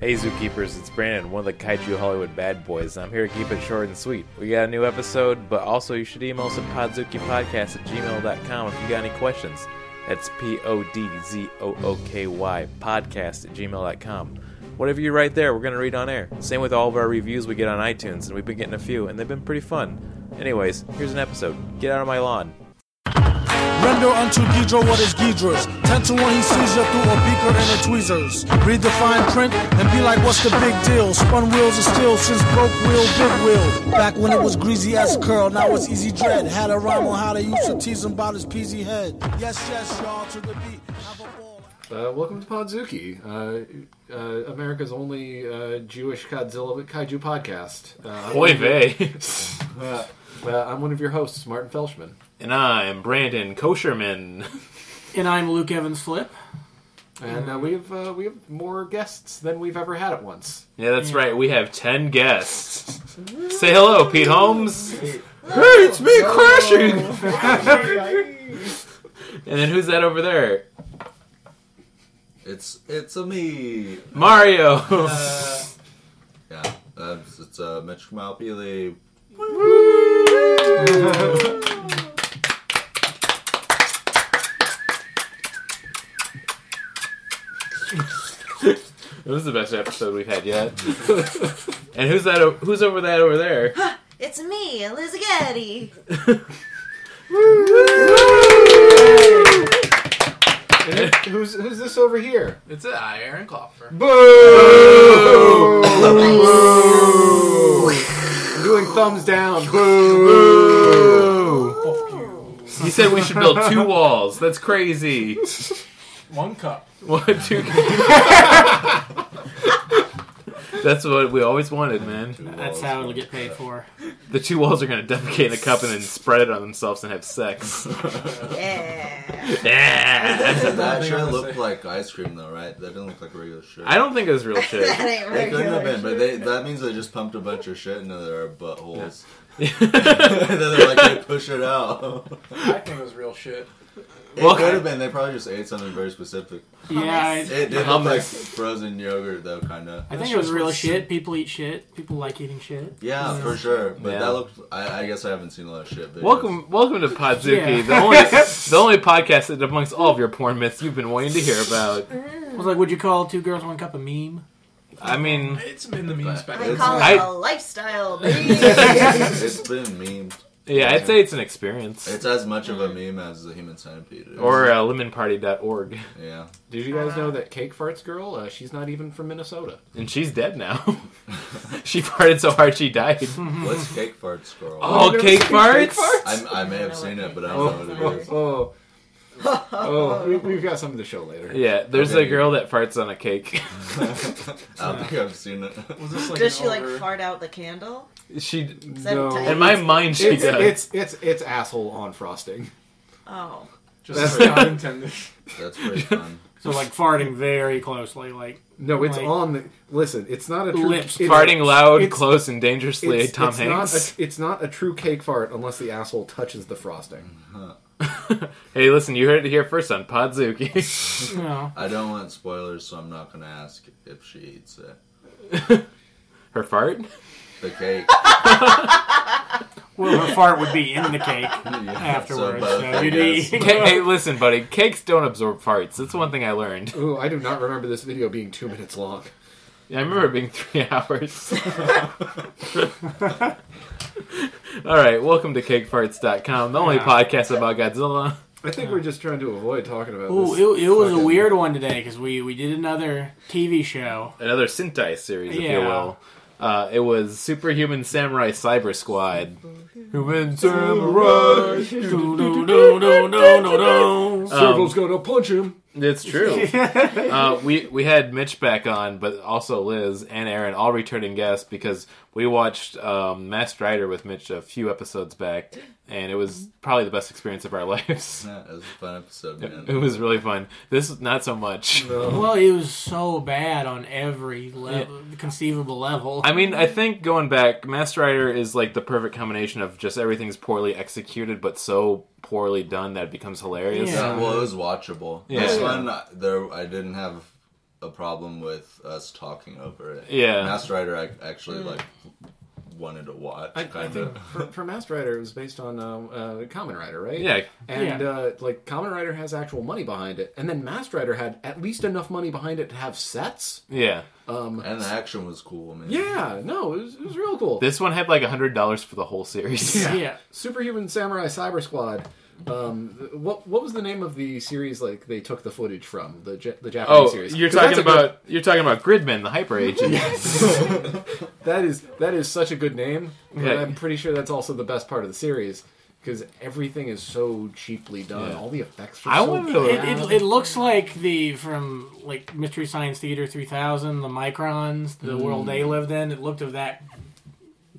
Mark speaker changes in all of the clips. Speaker 1: Hey, zookeepers, it's Brandon, one of the Kaiju Hollywood bad boys, and I'm here to keep it short and sweet. We got a new episode, but also you should email us at podzukipodcast at gmail.com if you got any questions. That's P O D Z O O K Y, podcast at gmail.com. Whatever you write there, we're going to read on air. Same with all of our reviews we get on iTunes, and we've been getting a few, and they've been pretty fun. Anyways, here's an episode. Get out of my lawn.
Speaker 2: Render unto Ghidra what is Ghidra's. Ten to one, he sees you through a beaker and a tweezers. Read the fine print and be like, what's the big deal? Spun wheels of steel since broke wheel, big wheel. Back when it was greasy ass curl, now it's easy dread. Had a rhyme on how they used to tease him about his peasy head. Yes, yes, y'all, to the beat. Have a ball.
Speaker 3: Uh, welcome to Podzuki, uh, uh, America's only uh, Jewish Godzilla kaiju podcast. Uh,
Speaker 4: Oy vey.
Speaker 3: I'm, uh, uh, I'm one of your hosts, Martin Felshman.
Speaker 4: and I'm Brandon Kosherman.
Speaker 5: And I'm Luke Evans Flip.
Speaker 3: and uh, we have uh, we have more guests than we've ever had at once.
Speaker 4: Yeah, that's right. We have ten guests. Say hello, Pete Holmes. Hey, it's me, crashing. and then who's that over there?
Speaker 6: It's it's a me.
Speaker 4: Mario.
Speaker 5: Uh,
Speaker 6: Yeah, uh, it's uh, Mitch Malpili.
Speaker 4: It was the best episode we've had yet. and who's that? o- Who's over that over there?
Speaker 7: It's me, Elizabeth.
Speaker 3: And who- who's who's this over here?
Speaker 5: It's an Aaron Klopfer.
Speaker 3: I'm doing thumbs down.
Speaker 4: He said we should build two walls. That's crazy.
Speaker 5: One cup.
Speaker 4: One, two. That's what we always wanted, man.
Speaker 5: That's how it'll get paid for.
Speaker 4: The two walls are gonna defecate in a cup and then spread it on themselves and have sex.
Speaker 7: Yeah.
Speaker 4: Yeah.
Speaker 6: That shirt looked like ice cream, though, right? That didn't look like a regular shirt.
Speaker 4: I don't think it was real
Speaker 7: that
Speaker 4: shit.
Speaker 7: ain't
Speaker 6: It couldn't have
Speaker 7: regular.
Speaker 6: been, but they, that means they just pumped a bunch of shit into their buttholes.
Speaker 4: yeah,
Speaker 6: and then they're like, they push it out.
Speaker 8: I think it was real shit.
Speaker 6: It
Speaker 4: Well,
Speaker 6: could have been. They probably just ate something very specific.
Speaker 5: Yeah, I,
Speaker 6: It did look
Speaker 4: Hummus.
Speaker 6: like frozen yogurt, though, kind of.
Speaker 5: I think it was real shit. People eat shit. People like eating shit.
Speaker 6: Yeah, for sure. But
Speaker 4: Yeah.
Speaker 6: that looked. I, I guess I haven't seen a lot of shit. Videos.
Speaker 4: welcome, welcome to Podzuki,
Speaker 5: Yeah.
Speaker 4: the only the only podcast that amongst all of your porn myths you've been waiting to hear about.
Speaker 5: I was like, would you call two girls one cup a meme?
Speaker 4: I mean,
Speaker 8: It's been the memes back
Speaker 7: I
Speaker 8: then.
Speaker 7: call
Speaker 4: I-
Speaker 7: it a lifestyle, baby.
Speaker 6: it's been memed.
Speaker 4: yeah, I'd say it's an experience.
Speaker 6: It's as much of a meme as the human centipede. Is.
Speaker 4: Or uh, lemonparty.org,
Speaker 6: yeah.
Speaker 3: Did you guys know that Cake Farts girl? Uh, she's not even from Minnesota.
Speaker 4: and she's dead now. she farted so hard she died.
Speaker 6: What's cake fart squirrel?
Speaker 4: Oh,
Speaker 3: never
Speaker 4: cake
Speaker 3: seen cake
Speaker 4: farts!
Speaker 3: farts?
Speaker 6: I, I may have seen it, but I
Speaker 3: Oh,
Speaker 6: don't know what it is.
Speaker 3: oh, oh, oh. We, we've got some of the show later.
Speaker 4: Yeah, there's
Speaker 6: Okay.
Speaker 4: a girl that farts on a cake.
Speaker 6: I don't think I've seen it.
Speaker 8: Was this like
Speaker 7: Does
Speaker 8: an
Speaker 7: she like
Speaker 8: older-
Speaker 7: fart out the candle?
Speaker 4: she,
Speaker 7: Is that
Speaker 3: No.
Speaker 7: tight?
Speaker 4: in my mind, she
Speaker 3: It's,
Speaker 4: does.
Speaker 3: it's it's it's asshole on frosting.
Speaker 7: oh,
Speaker 8: Just for not intended.
Speaker 6: That's pretty fun.
Speaker 5: So like farting very closely, like
Speaker 3: No, it's
Speaker 5: Like-
Speaker 3: on the. Listen, it's not a true
Speaker 5: Lips
Speaker 3: it's-
Speaker 4: farting loud,
Speaker 3: it's-
Speaker 4: close, and dangerously.
Speaker 3: It's,
Speaker 4: Tom
Speaker 3: it's
Speaker 4: Hanks.
Speaker 3: Not a, it's not a true cake fart unless the asshole touches the frosting.
Speaker 4: Hey, listen, you heard it here first on Podzuki.
Speaker 5: you know.
Speaker 6: I don't want spoilers, so I'm not gonna ask if she eats it.
Speaker 4: Her fart?
Speaker 6: The cake.
Speaker 5: Well, her fart would be in the cake
Speaker 6: So
Speaker 5: afterwards.
Speaker 6: both,
Speaker 5: So
Speaker 6: I
Speaker 5: you'd
Speaker 6: guess.
Speaker 5: eat.
Speaker 4: Ca- hey, listen, buddy, cakes don't absorb farts. That's one thing I learned.
Speaker 9: Mm.
Speaker 3: Ooh, I do not remember this video being two minutes long.
Speaker 4: I remember it being three hours. All right, welcome to CakeFarts.com, the only
Speaker 5: Yeah.
Speaker 4: podcast about Godzilla.
Speaker 3: I think we're just trying to avoid talking about this.
Speaker 5: Ooh, it, it was a
Speaker 3: fucking-
Speaker 5: weird one today because we we did another TV show.
Speaker 4: Another Sentai series, if you
Speaker 5: Yeah.
Speaker 4: will. Uh, it was Superhuman Samurai Cyber Squad. Human Samurai!
Speaker 5: Do, do, do, do, do, do, do.
Speaker 3: Servo's gonna punch him.
Speaker 4: It's true. uh, we we had Mitch back on, but also Liz and Aaron, all returning guests, because we watched um, Masked Rider with Mitch a few episodes back, and it was probably the best experience of our lives.
Speaker 6: Yeah, it was a fun episode,
Speaker 4: It
Speaker 6: man.
Speaker 4: was really fun. This is not so much.
Speaker 6: Oh.
Speaker 5: Well, it was so bad on every level, conceivable level.
Speaker 4: I mean, I think going back, Master Rider is like the perfect combination of just everything's poorly executed, but so poorly done that it becomes hilarious.
Speaker 5: Yeah.
Speaker 6: Yeah, well, it was watchable.
Speaker 4: Yeah.
Speaker 6: This one, I- there, I didn't have a problem with us talking over it.
Speaker 4: Yeah.
Speaker 6: Master Rider, I actually like wanted to watch.
Speaker 9: I, I
Speaker 6: kind
Speaker 9: think
Speaker 6: of.
Speaker 9: for, for Master Rider, it was based on um, uh, Common Rider, right?
Speaker 4: Yeah.
Speaker 9: And
Speaker 5: Yeah.
Speaker 9: Uh, like Common Rider has actual money behind it, and then Master Rider had at least enough money behind it to have sets.
Speaker 4: Yeah.
Speaker 6: And the action was cool, man.
Speaker 9: Yeah, no, it was, it was real cool.
Speaker 4: This one had like hundred dollars for the whole series.
Speaker 5: Yeah.
Speaker 9: Superhuman Samurai Cyber Squad. Um, th- what what was the name of the series? Like they took the footage from the Ja- the Japanese
Speaker 4: Oh,
Speaker 9: series.
Speaker 4: you're
Speaker 9: 'Cause that's
Speaker 4: talking
Speaker 9: a good-
Speaker 4: about you're talking about Gridman, the hyper agent.
Speaker 9: that is that is such a good name. but
Speaker 4: Yeah.
Speaker 9: I'm pretty sure that's also the best part of the series because everything is so cheaply done.
Speaker 4: Yeah.
Speaker 9: All the effects are
Speaker 4: I
Speaker 9: so
Speaker 4: wanted to-
Speaker 9: bad.
Speaker 5: It, it, it looks like the from like Mystery Science Theater 3000, the Microns,
Speaker 4: Mm.
Speaker 5: the world they lived in. It looked of that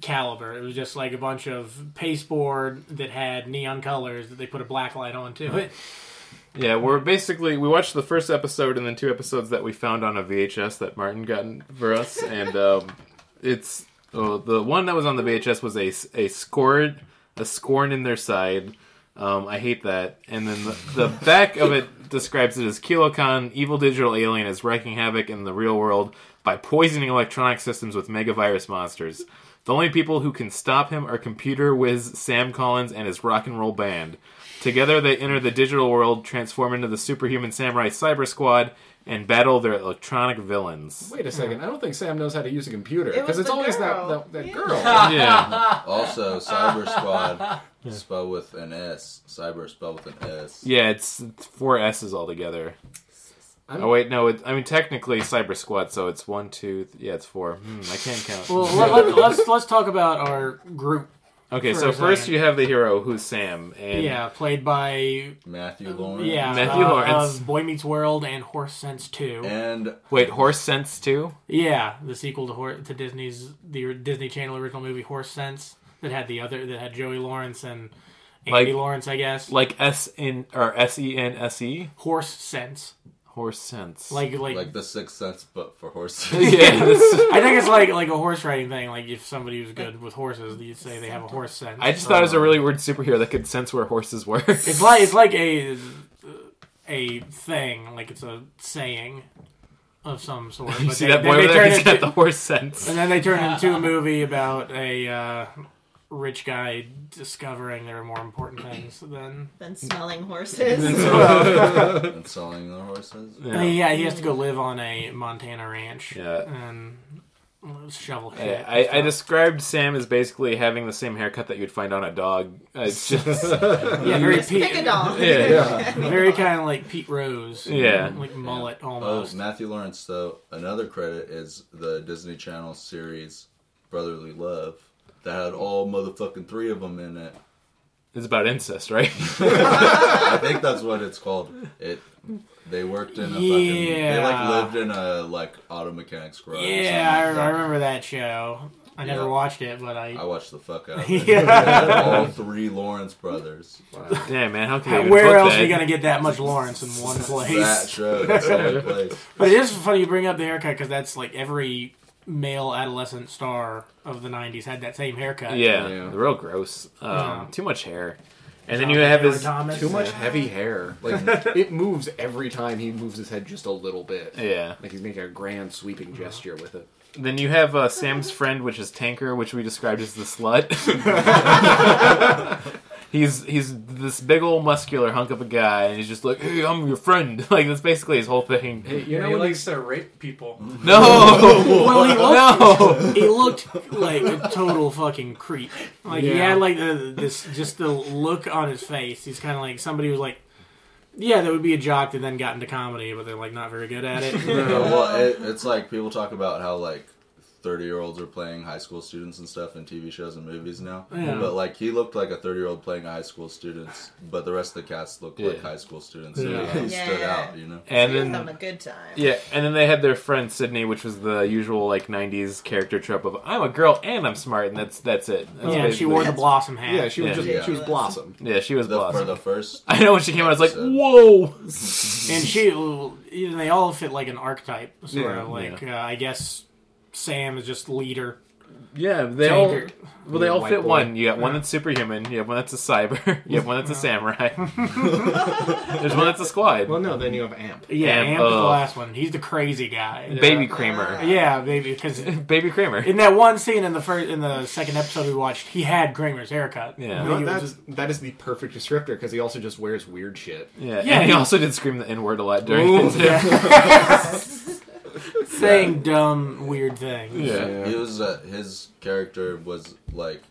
Speaker 5: caliber. It was just like a bunch of pasteboard that had neon colors that they put a black light onto. It
Speaker 4: Yeah, we're basically we watched the first episode and then two episodes that we found on a VHS that Martin got for us, and um, it's oh, the one that was on the VHS was a a scorn a scorn in their side. Um, I hate that. And then the, the back of it describes it as Kilocon, evil digital alien, is wreaking havoc in the real world by poisoning electronic systems with megavirus monsters. The only people who can stop him are computer whiz Sam Collins and his rock and roll band. Together, they enter the digital world, transform into the superhuman samurai cyber squad, and battle their electronic villains.
Speaker 9: Wait a second! I don't think Sam knows how to use a computer
Speaker 7: It
Speaker 9: because
Speaker 7: was
Speaker 9: it's
Speaker 7: the
Speaker 9: always
Speaker 7: girl.
Speaker 9: that that, that
Speaker 7: Yeah. Oh,
Speaker 9: girl.
Speaker 4: Yeah,
Speaker 6: Also, Cyber Squad, spelled with an S. Cyber spelled with an S.
Speaker 4: yeah, it's it's four S's altogether.
Speaker 9: I'm-
Speaker 4: Oh wait, no, it, I mean technically cyber squad, so it's one, two, th- yeah, it's four. Hmm, I can't count.
Speaker 5: Well, let, let, let's let's talk about our group.
Speaker 4: okay,
Speaker 5: for
Speaker 4: so
Speaker 5: a
Speaker 4: first
Speaker 5: second.
Speaker 4: you have the hero who's Sam, and
Speaker 5: Yeah, played by
Speaker 6: Matthew Lawrence.
Speaker 5: yeah
Speaker 4: Matthew
Speaker 5: uh,
Speaker 4: Lawrence.
Speaker 5: of Boy Meets World and Horse Sense Two.
Speaker 6: And
Speaker 4: wait, horse sense too.
Speaker 5: Yeah, the sequel to Hor- to Disney's the Disney Channel original movie Horse Sense that had the other that had Joey Lawrence and Andy
Speaker 4: Like-
Speaker 5: Lawrence, I guess.
Speaker 4: like S in or S E N S E
Speaker 5: Horse Sense,
Speaker 4: horse sense.
Speaker 5: like like,
Speaker 6: like the Sixth Sense, but for horses.
Speaker 4: yeah, this-
Speaker 5: I think it's like like a horse riding thing. Like if somebody was good with horses, you'd say they have a horse sense.
Speaker 4: I just thought it was a
Speaker 9: Uh,
Speaker 4: really weird superhero that could sense where horses were.
Speaker 5: it's like it's like a a thing, like it's a saying of some sort.
Speaker 4: you
Speaker 5: but
Speaker 4: see
Speaker 5: they-
Speaker 4: that
Speaker 5: they-
Speaker 4: boy
Speaker 5: they
Speaker 4: over there?
Speaker 5: turn
Speaker 4: He's
Speaker 5: it to-
Speaker 4: got the horse sense.
Speaker 5: And then they turn into a movie about a uh, rich guy discovering there are more important things than.
Speaker 7: Been smelling horses.
Speaker 6: and selling the horses.
Speaker 5: Yeah.
Speaker 4: Yeah.
Speaker 5: he has to go live on a Montana ranch
Speaker 4: Yeah.
Speaker 5: and shovel shit.
Speaker 4: Yeah, I, I described Sam as basically having the same haircut that you'd find on a dog. Uh, It's just
Speaker 5: yeah, very
Speaker 7: Just pick a
Speaker 5: Pete,
Speaker 7: dog.
Speaker 4: Yeah,
Speaker 6: yeah.
Speaker 5: very kind of like Pete Rose,
Speaker 4: Yeah.
Speaker 5: like mullet
Speaker 6: Oh,
Speaker 5: almost.
Speaker 6: Matthew Lawrence, though, another credit is the Disney Channel series Brotherly Love that had all motherfucking three of them in it.
Speaker 4: it's about incest, right?
Speaker 6: I think that's what it's called. It. They worked in a fucking. They
Speaker 5: Yeah.
Speaker 6: like lived in a like auto mechanics garage. or
Speaker 5: yeah, I,
Speaker 6: something like
Speaker 5: I
Speaker 6: that.
Speaker 5: remember that show. I never
Speaker 6: Yeah.
Speaker 5: watched it, but I.
Speaker 6: I watched the fuck out. Of it.
Speaker 5: yeah.
Speaker 6: all three Lawrence brothers.
Speaker 4: Damn man, how can you even
Speaker 5: Where
Speaker 4: book
Speaker 5: else
Speaker 4: that?
Speaker 5: are you gonna get that much Lawrence in one place?
Speaker 6: That show. That's the only place.
Speaker 5: But it is funny you bring up the haircut because that's like every male adolescent star of the '90s had that same haircut.
Speaker 4: Yeah,
Speaker 9: Yeah.
Speaker 4: real gross. Um, Too much hair, and then
Speaker 5: Jonathan
Speaker 4: you have
Speaker 5: Taylor
Speaker 4: his
Speaker 5: Thomas.
Speaker 9: Too much heavy hair. Like it moves every time he moves his head just a little bit.
Speaker 4: yeah.
Speaker 9: Like he's making a grand sweeping gesture with it.
Speaker 4: Then you have uh, Sam's friend, which is Tanker, which we described as the slut. he's he's this big old muscular hunk of a guy, and he's just like, "Hey, I'm your friend." Like that's basically his whole thing.
Speaker 9: You
Speaker 3: Yeah,
Speaker 9: know
Speaker 3: he
Speaker 9: when
Speaker 3: likes to rape people.
Speaker 4: No,
Speaker 5: Well, he looked,
Speaker 4: no.
Speaker 5: he looked like a total fucking creep. Like he
Speaker 9: Yeah.
Speaker 5: had like the, this, just the look on his face. He's kind of like somebody was like, yeah, that would be a jock that then got into comedy, but they're like not very good at it.
Speaker 6: Yeah, well, it, it's like people talk about how like thirty-year-olds are playing high school students and stuff in TV shows and movies now.
Speaker 5: Yeah.
Speaker 6: But like he looked like a thirty-year-old playing high school students, but the rest of the cast looked like
Speaker 4: Yeah.
Speaker 6: high school students. So he stood
Speaker 7: Yeah.
Speaker 6: out, you know.
Speaker 4: and
Speaker 7: Give them
Speaker 4: then
Speaker 7: a good time.
Speaker 4: yeah, and then they had their friend Sydney, which was the usual like '90s character trope of "I'm a girl and I'm smart," and that's that's it. That's
Speaker 5: yeah, she
Speaker 4: basically-
Speaker 5: wore the blossom hat.
Speaker 9: Yeah, she was
Speaker 4: Yeah.
Speaker 9: just she was blossom.
Speaker 4: Yeah, she was
Speaker 6: The, for
Speaker 4: blossom.
Speaker 6: the first,
Speaker 4: I know when she came out, I was like,
Speaker 6: episode.
Speaker 4: "Whoa!"
Speaker 5: and she you know, they all fit like an archetype sort
Speaker 9: Yeah.
Speaker 5: of like uh, i guess sam is just leader
Speaker 4: Yeah, they all
Speaker 5: Tanker.
Speaker 4: well, they all
Speaker 5: White
Speaker 4: fit
Speaker 5: boy.
Speaker 4: one. You got one that's superhuman. You have one that's a cyber. You have one that's a samurai. There's one that's a squad.
Speaker 3: Well, no, then you have Amp.
Speaker 5: Yeah,
Speaker 4: And,
Speaker 5: Amp is the
Speaker 4: uh,
Speaker 5: last one. He's the crazy guy.
Speaker 4: Baby
Speaker 7: Uh,
Speaker 4: Kramer.
Speaker 5: Yeah, baby, because
Speaker 4: Baby Kramer.
Speaker 5: in that one scene in the first in the second episode we watched, he had Kramer's haircut.
Speaker 4: Yeah.
Speaker 3: You
Speaker 5: I
Speaker 3: know
Speaker 5: think
Speaker 3: what,
Speaker 5: it was
Speaker 3: that's, that is the perfect descriptor because he also just wears weird shit.
Speaker 4: Yeah,
Speaker 5: Yeah,
Speaker 4: and he
Speaker 5: he-
Speaker 4: also did scream the N word a lot during it. too.
Speaker 5: just saying dumb weird things.
Speaker 4: Yeah.
Speaker 6: He was uh, his character was like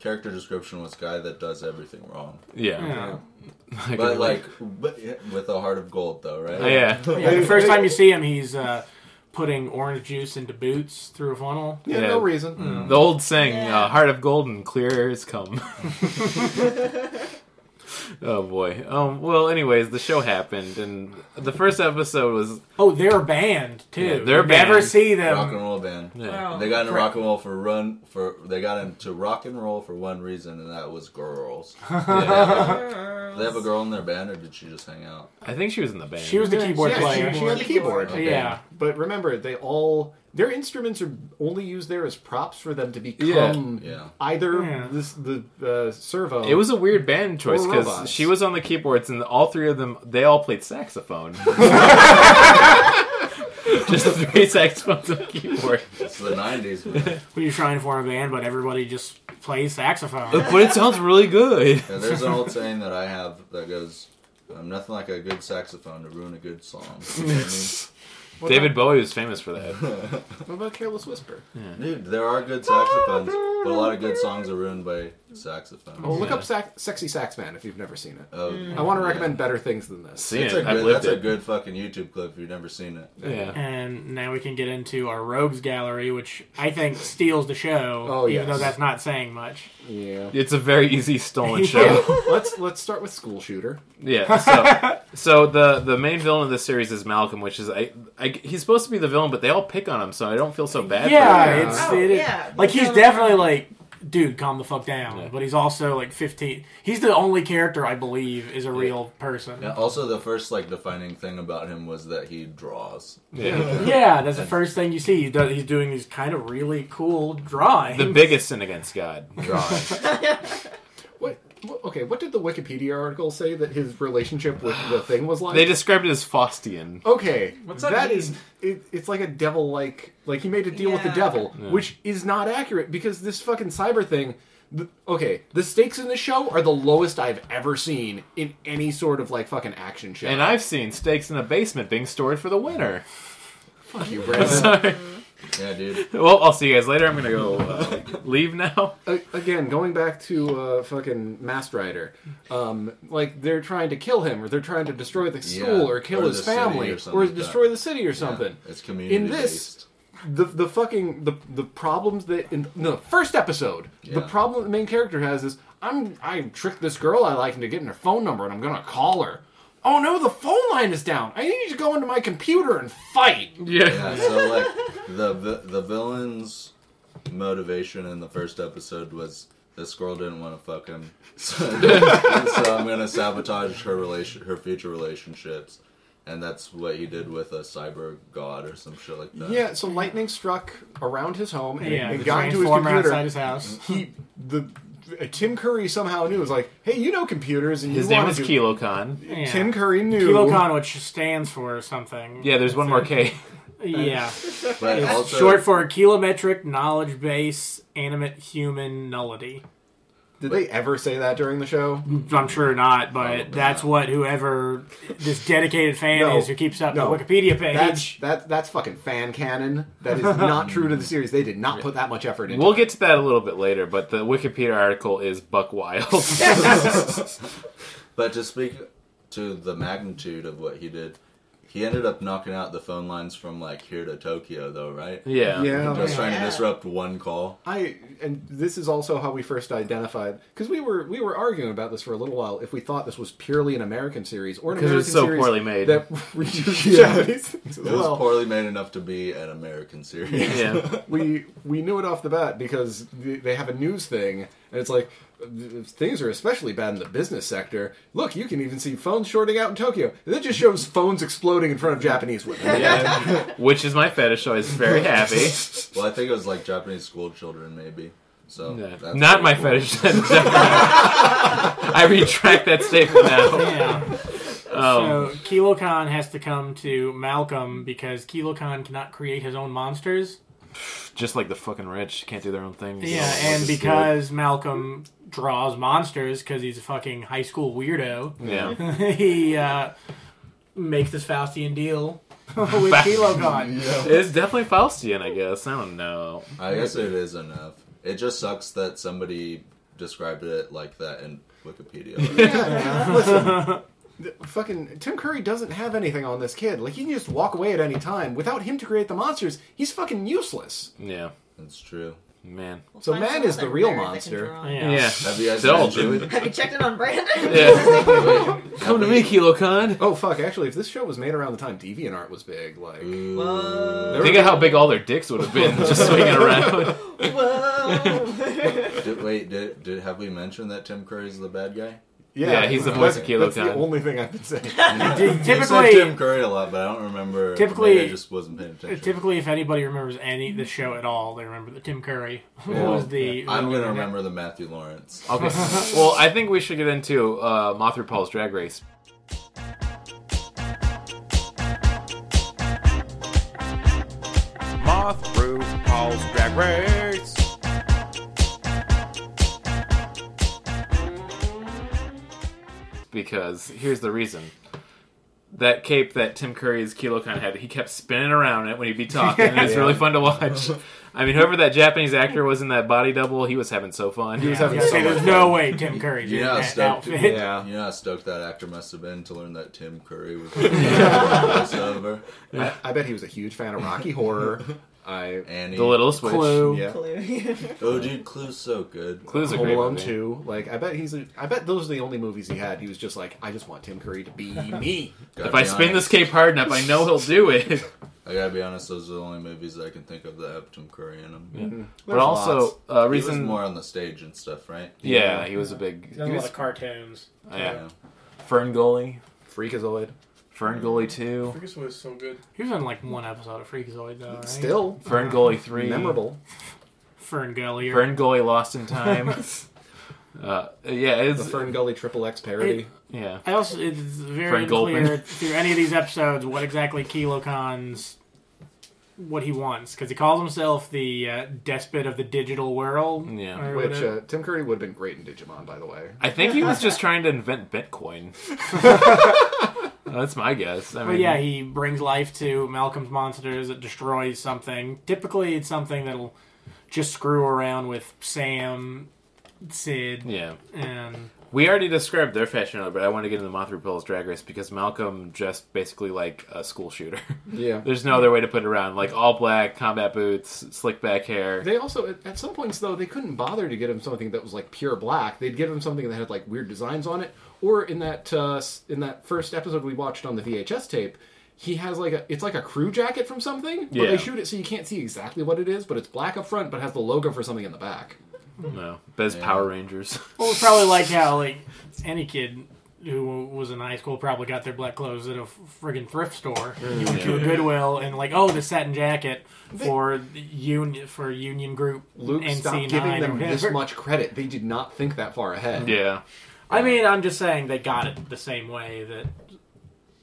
Speaker 6: character description was guy that does everything wrong,
Speaker 4: Yeah.
Speaker 5: Yeah.
Speaker 6: but like but, yeah, with a heart of gold though, right?
Speaker 4: Oh, yeah.
Speaker 5: Yeah, the first time you see him, he's uh, putting orange juice into boots through a funnel.
Speaker 3: Yeah,
Speaker 4: Yeah. Mm.
Speaker 3: no reason.
Speaker 4: The old saying,
Speaker 7: Yeah.
Speaker 4: uh, "Heart of gold and clear as come." oh boy. Um. Well, anyways, the show happened, and the first episode was
Speaker 5: Oh, they're a band too.
Speaker 4: Yeah, they're a
Speaker 5: you never
Speaker 4: band.
Speaker 5: see
Speaker 6: Rock and
Speaker 5: them.
Speaker 6: roll band.
Speaker 4: yeah.
Speaker 7: Oh.
Speaker 6: They got into
Speaker 5: Correct.
Speaker 6: rock and roll for run for they got into rock and roll for one reason, and that was girls.
Speaker 7: Girls.
Speaker 6: They have a girl in their band, or did she just hang out?
Speaker 4: I think she was in the band.
Speaker 5: She was the
Speaker 3: Yeah,
Speaker 5: keyboard
Speaker 3: yeah,
Speaker 5: player.
Speaker 3: She, she had the keyboard.
Speaker 6: Okay.
Speaker 5: Yeah.
Speaker 3: But remember, they all their instruments are only used there as props for them to become
Speaker 6: Yeah. Yeah.
Speaker 3: either
Speaker 5: Yeah.
Speaker 3: this the uh, servo.
Speaker 4: It was a weird band choice
Speaker 3: Or
Speaker 4: because
Speaker 3: robots.
Speaker 4: she was on the keyboards, and all three of them they all played saxophone. Just three saxophones on the keyboard.
Speaker 6: It's the nineties. Yeah,
Speaker 5: We were trying to form a band, but everybody just plays saxophone.
Speaker 4: But it sounds really good.
Speaker 6: there's an old saying that I have that goes, um, "Nothing like a good saxophone to ruin a good song." You know what I mean?
Speaker 4: David Bowie was famous for that.
Speaker 3: What about Careless Whisper?
Speaker 6: Dude, there are good saxophones, but a lot of good songs are ruined by saxophones.
Speaker 3: Well, look
Speaker 4: Yeah.
Speaker 3: up sax- "Sexy Sax Man" if you've never seen it.
Speaker 6: Oh,
Speaker 3: I want to recommend better things than this.
Speaker 4: See
Speaker 6: That's,
Speaker 4: it.
Speaker 6: a
Speaker 4: I've
Speaker 6: good,
Speaker 4: lived
Speaker 6: that's a
Speaker 4: it.
Speaker 6: good fucking YouTube clip if you've never seen it.
Speaker 4: Yeah.
Speaker 5: And now we can get into our rogues gallery, which I think steals the show,
Speaker 3: Oh,
Speaker 5: even
Speaker 3: yes.
Speaker 5: though that's not saying much.
Speaker 3: Yeah.
Speaker 4: It's a very easy stolen show.
Speaker 3: let's let's start with School Shooter.
Speaker 4: Yeah. So, so the the main villain of this series is Malcolm, which is I, I he's supposed to be the villain, but they all pick on him, so I don't feel so bad.
Speaker 5: yeah,
Speaker 3: him.
Speaker 5: it's
Speaker 7: Oh,
Speaker 5: it is-
Speaker 7: yeah.
Speaker 5: like he's
Speaker 7: Yeah.
Speaker 5: definitely like, dude, calm the fuck down.
Speaker 4: Yeah.
Speaker 5: But he's also like 15. He's the only character I believe is a real person.
Speaker 6: And also, the first like defining thing about him was that he draws.
Speaker 4: For him. Yeah.
Speaker 5: Yeah, that's the first thing you see. He does, he's doing these kind of really cool drawings.
Speaker 4: The biggest sin against God.
Speaker 6: Drawing.
Speaker 3: What? wh- Okay, what did the Wikipedia article say that his relationship with the thing was like?
Speaker 4: They described it as Faustian.
Speaker 3: Okay,
Speaker 5: What's that
Speaker 3: that
Speaker 5: mean?
Speaker 3: is it, it's like a devil like like he made a deal with the
Speaker 7: Yeah.
Speaker 3: devil, which is not accurate because this fucking cyber thing. The, okay, the stakes in this show are the lowest I've ever seen in any sort of like fucking action show.
Speaker 4: And I've seen steaks in a basement being stored for the winter.
Speaker 3: fuck you, Brandon.
Speaker 4: Sorry.
Speaker 6: yeah, dude.
Speaker 4: Well, I'll see you guys later. I'm gonna go uh, leave now.
Speaker 3: A- again, going back to uh, fucking Mast Rider, um, like they're trying to kill him, or they're trying to destroy the
Speaker 6: Yeah,
Speaker 3: school, or kill
Speaker 6: or
Speaker 3: his
Speaker 6: the city
Speaker 3: family,
Speaker 6: or
Speaker 3: or,
Speaker 6: something like that.
Speaker 3: destroy the city, or something.
Speaker 6: It's community
Speaker 3: In this- the the fucking the the problems that in the first episode the
Speaker 6: Yeah.
Speaker 3: problem the main character has is I'm I tricked this girl I like into getting her phone number and I'm gonna call her. Oh no, the phone line is down. I need to go into my computer and fight.
Speaker 4: Yeah.
Speaker 6: Yeah, so like the vi- the villain's motivation in the first episode was this girl didn't want to fuck him, so, so I'm gonna sabotage her relation, her future relationships, and that's what he did with a cyber god or some shit like that.
Speaker 3: Yeah, so lightning struck around his home and,
Speaker 5: yeah,
Speaker 3: and
Speaker 5: the
Speaker 3: got into his
Speaker 5: transformer
Speaker 3: computer.
Speaker 5: outside his house.
Speaker 3: He the uh, Tim Curry somehow knew it was like, hey, you know computers and
Speaker 4: His
Speaker 3: you
Speaker 4: name
Speaker 3: wanna
Speaker 4: was
Speaker 3: do-
Speaker 4: Kilocon.
Speaker 5: Yeah.
Speaker 3: Tim Curry knew.
Speaker 5: KiloCon, which stands for something.
Speaker 4: Yeah, there's one more K.
Speaker 5: Yeah.
Speaker 6: but
Speaker 5: It's
Speaker 6: also
Speaker 5: short for Kilometric Knowledge Base Animate Human Nullity.
Speaker 3: Did they ever say that during the show?
Speaker 5: I'm sure not, but that's what whoever this dedicated fan
Speaker 3: No.
Speaker 5: is who keeps up
Speaker 3: No.
Speaker 5: the Wikipedia page.
Speaker 3: That's that, that's fucking fan canon. That is not true to the series. They did not put that much effort into.
Speaker 4: We'll
Speaker 3: it.
Speaker 4: get to that a little bit later, but the Wikipedia article is Buck Wild.
Speaker 6: But to speak to the magnitude of what he did, he ended up knocking out the phone lines from like here to Tokyo, though, right?
Speaker 4: yeah.
Speaker 6: Just trying to
Speaker 7: Yeah.
Speaker 6: disrupt one call.
Speaker 3: I and this is also how we first identified because we were we were arguing about this for a little while if we thought this was purely an American series or an
Speaker 4: Because it
Speaker 3: American
Speaker 4: was so
Speaker 3: series
Speaker 4: poorly made.
Speaker 3: that reduced Japanese as
Speaker 6: It was
Speaker 3: well.
Speaker 6: poorly made enough to be an American series.
Speaker 4: Yeah.
Speaker 3: we we knew it off the bat because th- they have a news thing and it's like uh, things are especially bad in the business sector. Look, you can even see phones shorting out in Tokyo. And it just shows phones exploding in front of Japanese women.
Speaker 4: Yeah. Which is my fetish, so I was very happy.
Speaker 6: Well, I think it was like Japanese school children, maybe. So
Speaker 4: Yeah.
Speaker 6: that's
Speaker 4: Not
Speaker 6: pretty
Speaker 4: my
Speaker 6: cool.
Speaker 4: fetish. That's definitely- I retract that statement now.
Speaker 5: Yeah. So Kilo Khan has to come to Malcolm because Kilo Khan cannot create his own monsters.
Speaker 4: Just like the fucking rich can't do their own things.
Speaker 5: Yeah,
Speaker 4: Like
Speaker 5: and
Speaker 4: this
Speaker 5: because Malcolm draws monsters because he's a fucking high school weirdo,
Speaker 4: dude. yeah,
Speaker 5: he uh, makes this Faustian deal with Kilo Khan.
Speaker 4: it's definitely Faustian, I guess. I don't know.
Speaker 6: I guess it is enough. It just sucks that somebody described it like that in Wikipedia.
Speaker 3: Fucking Tim Curry doesn't have anything on this kid. Like he can just walk away at any time. Without him to create the monsters, he's fucking useless.
Speaker 4: Yeah,
Speaker 6: That's true.
Speaker 4: man.
Speaker 7: We'll
Speaker 3: So
Speaker 7: find
Speaker 3: man
Speaker 7: some
Speaker 3: is the
Speaker 7: other
Speaker 3: real
Speaker 7: nerd that can
Speaker 3: monster.
Speaker 7: draw.
Speaker 5: Yeah.
Speaker 4: Yeah.
Speaker 6: Have you guys
Speaker 4: Still,
Speaker 6: mentioned-
Speaker 7: Have you checked in on Brandon?
Speaker 4: Yeah.
Speaker 6: Wait,
Speaker 4: Come to
Speaker 6: have
Speaker 4: me,
Speaker 6: you-
Speaker 4: KiloCon.
Speaker 3: Oh fuck! Actually, if this show was made around the time DeviantArt was big, like
Speaker 6: Ooh.
Speaker 3: there
Speaker 4: Think
Speaker 3: were-
Speaker 4: of how big all their dicks would have been just swinging around.
Speaker 7: Whoa.
Speaker 6: Did, wait, did, did have we mentioned that Tim Curry's the bad guy?
Speaker 4: Yeah, he's the voice of Kilo
Speaker 3: That's the
Speaker 4: Khan.
Speaker 3: only thing I've been saying.
Speaker 6: You said Tim
Speaker 5: Typically,
Speaker 6: Curry a lot, but I don't remember.
Speaker 5: Typically-
Speaker 6: Maybe I just wasn't paying attention.
Speaker 5: typically, if anybody remembers any the show at all, they remember that Tim Curry was the.
Speaker 6: I'm gonna remember the Matthew Lawrence.
Speaker 4: Okay. well, I think we should get into uh, Mothra Paul's Drag Race.
Speaker 10: Moth Brew Paul's Drag Race.
Speaker 4: because here's the reason. That cape that Tim Curry's KiloCon had, he kept spinning around it when he'd be talking. and It's really fun to watch. I mean, whoever that Japanese actor was in that body double, he was having so fun.
Speaker 5: Yeah, I was gonna say, there's no way Tim Curry's
Speaker 6: Yeah,
Speaker 5: in that
Speaker 6: stoked.
Speaker 5: outfit.
Speaker 3: yeah.
Speaker 6: You know how stoked that actor must have been to learn that Tim Curry was the voiceover.
Speaker 3: I, I bet he was a huge fan of Rocky Horror. I
Speaker 6: Annie.
Speaker 4: The Littlest Witch.
Speaker 5: Clue.
Speaker 3: yeah.
Speaker 7: Clue.
Speaker 6: Oh, dude, Clue's so good.
Speaker 4: Clue's a
Speaker 3: Home
Speaker 4: great
Speaker 3: Alone
Speaker 4: movie.
Speaker 3: two. Like I bet he's. A, I bet those are the only movies he had. He was just like, I just want Tim Curry to be me.
Speaker 6: Gotta
Speaker 4: If I
Speaker 6: be
Speaker 4: spin this
Speaker 6: honest.
Speaker 4: cape hard enough, I know he'll do it.
Speaker 6: I gotta be honest. Those are the only movies that I can think of that have Tim Curry in them.
Speaker 4: but also, uh,
Speaker 6: He was
Speaker 4: reason.
Speaker 6: more on the stage and stuff, right?
Speaker 4: yeah, he was a big. He
Speaker 5: There's a lot
Speaker 4: was,
Speaker 5: of cartoons.
Speaker 4: yeah. Fern Gully.
Speaker 3: Freakazoid.
Speaker 4: Fern Gully 2.
Speaker 5: Freakazoid was so good. He was on like one episode of Freakazoid though, right?
Speaker 3: Still
Speaker 4: Fern Gully 3.
Speaker 3: memorable.
Speaker 5: Fern Gullier.
Speaker 4: Fern Gully Lost in Time. uh, yeah,
Speaker 3: The
Speaker 4: it's.
Speaker 3: Fern Gully Triple X parody.
Speaker 4: Yeah.
Speaker 5: I also it's very
Speaker 4: Fern Goldman.
Speaker 5: unclear through any of these episodes what exactly Kilocon's what he wants because he calls himself the uh, despot of the digital world.
Speaker 4: Yeah.
Speaker 5: or
Speaker 3: which
Speaker 5: whatever.
Speaker 3: uh, Tim Curry would have been great in Digimon, by the way.
Speaker 4: I think he was just trying to invent Bitcoin. That's my guess. I mean,
Speaker 5: but yeah, he brings life to Malcolm's monsters. It destroys something. Typically, it's something that'll just screw around with Sam, Sid,
Speaker 4: yeah.
Speaker 5: and
Speaker 4: We already described their fashion, but I want to get into Mothra Paul's Drag Race because Malcolm dressed basically like a school shooter.
Speaker 3: Yeah.
Speaker 4: There's no other way to put it around. Like all black, combat boots, slick back hair.
Speaker 3: They also, at- at some points though, they couldn't bother to get him something that was like pure black. They'd give him something that had like weird designs on it. Or in that uh, s- in that first episode we watched on the VHS tape, he has like a it's like a crew jacket from something, but
Speaker 4: Yeah.
Speaker 3: they shoot it so you can't see exactly what it is. But it's black up front, but has the logo for something in the back.
Speaker 4: No, but it's Power Rangers.
Speaker 5: well, it's probably like how like any kid who was in high school probably got their black clothes at a friggin' thrift store. You went to a Goodwill and like, oh, the satin jacket for the union for Union Group
Speaker 3: Luke,
Speaker 5: NC9
Speaker 3: stop giving
Speaker 5: or
Speaker 3: them this
Speaker 5: whatever.
Speaker 3: much credit. They did not think that far ahead.
Speaker 4: yeah.
Speaker 5: I mean, I'm just saying they got it the same way that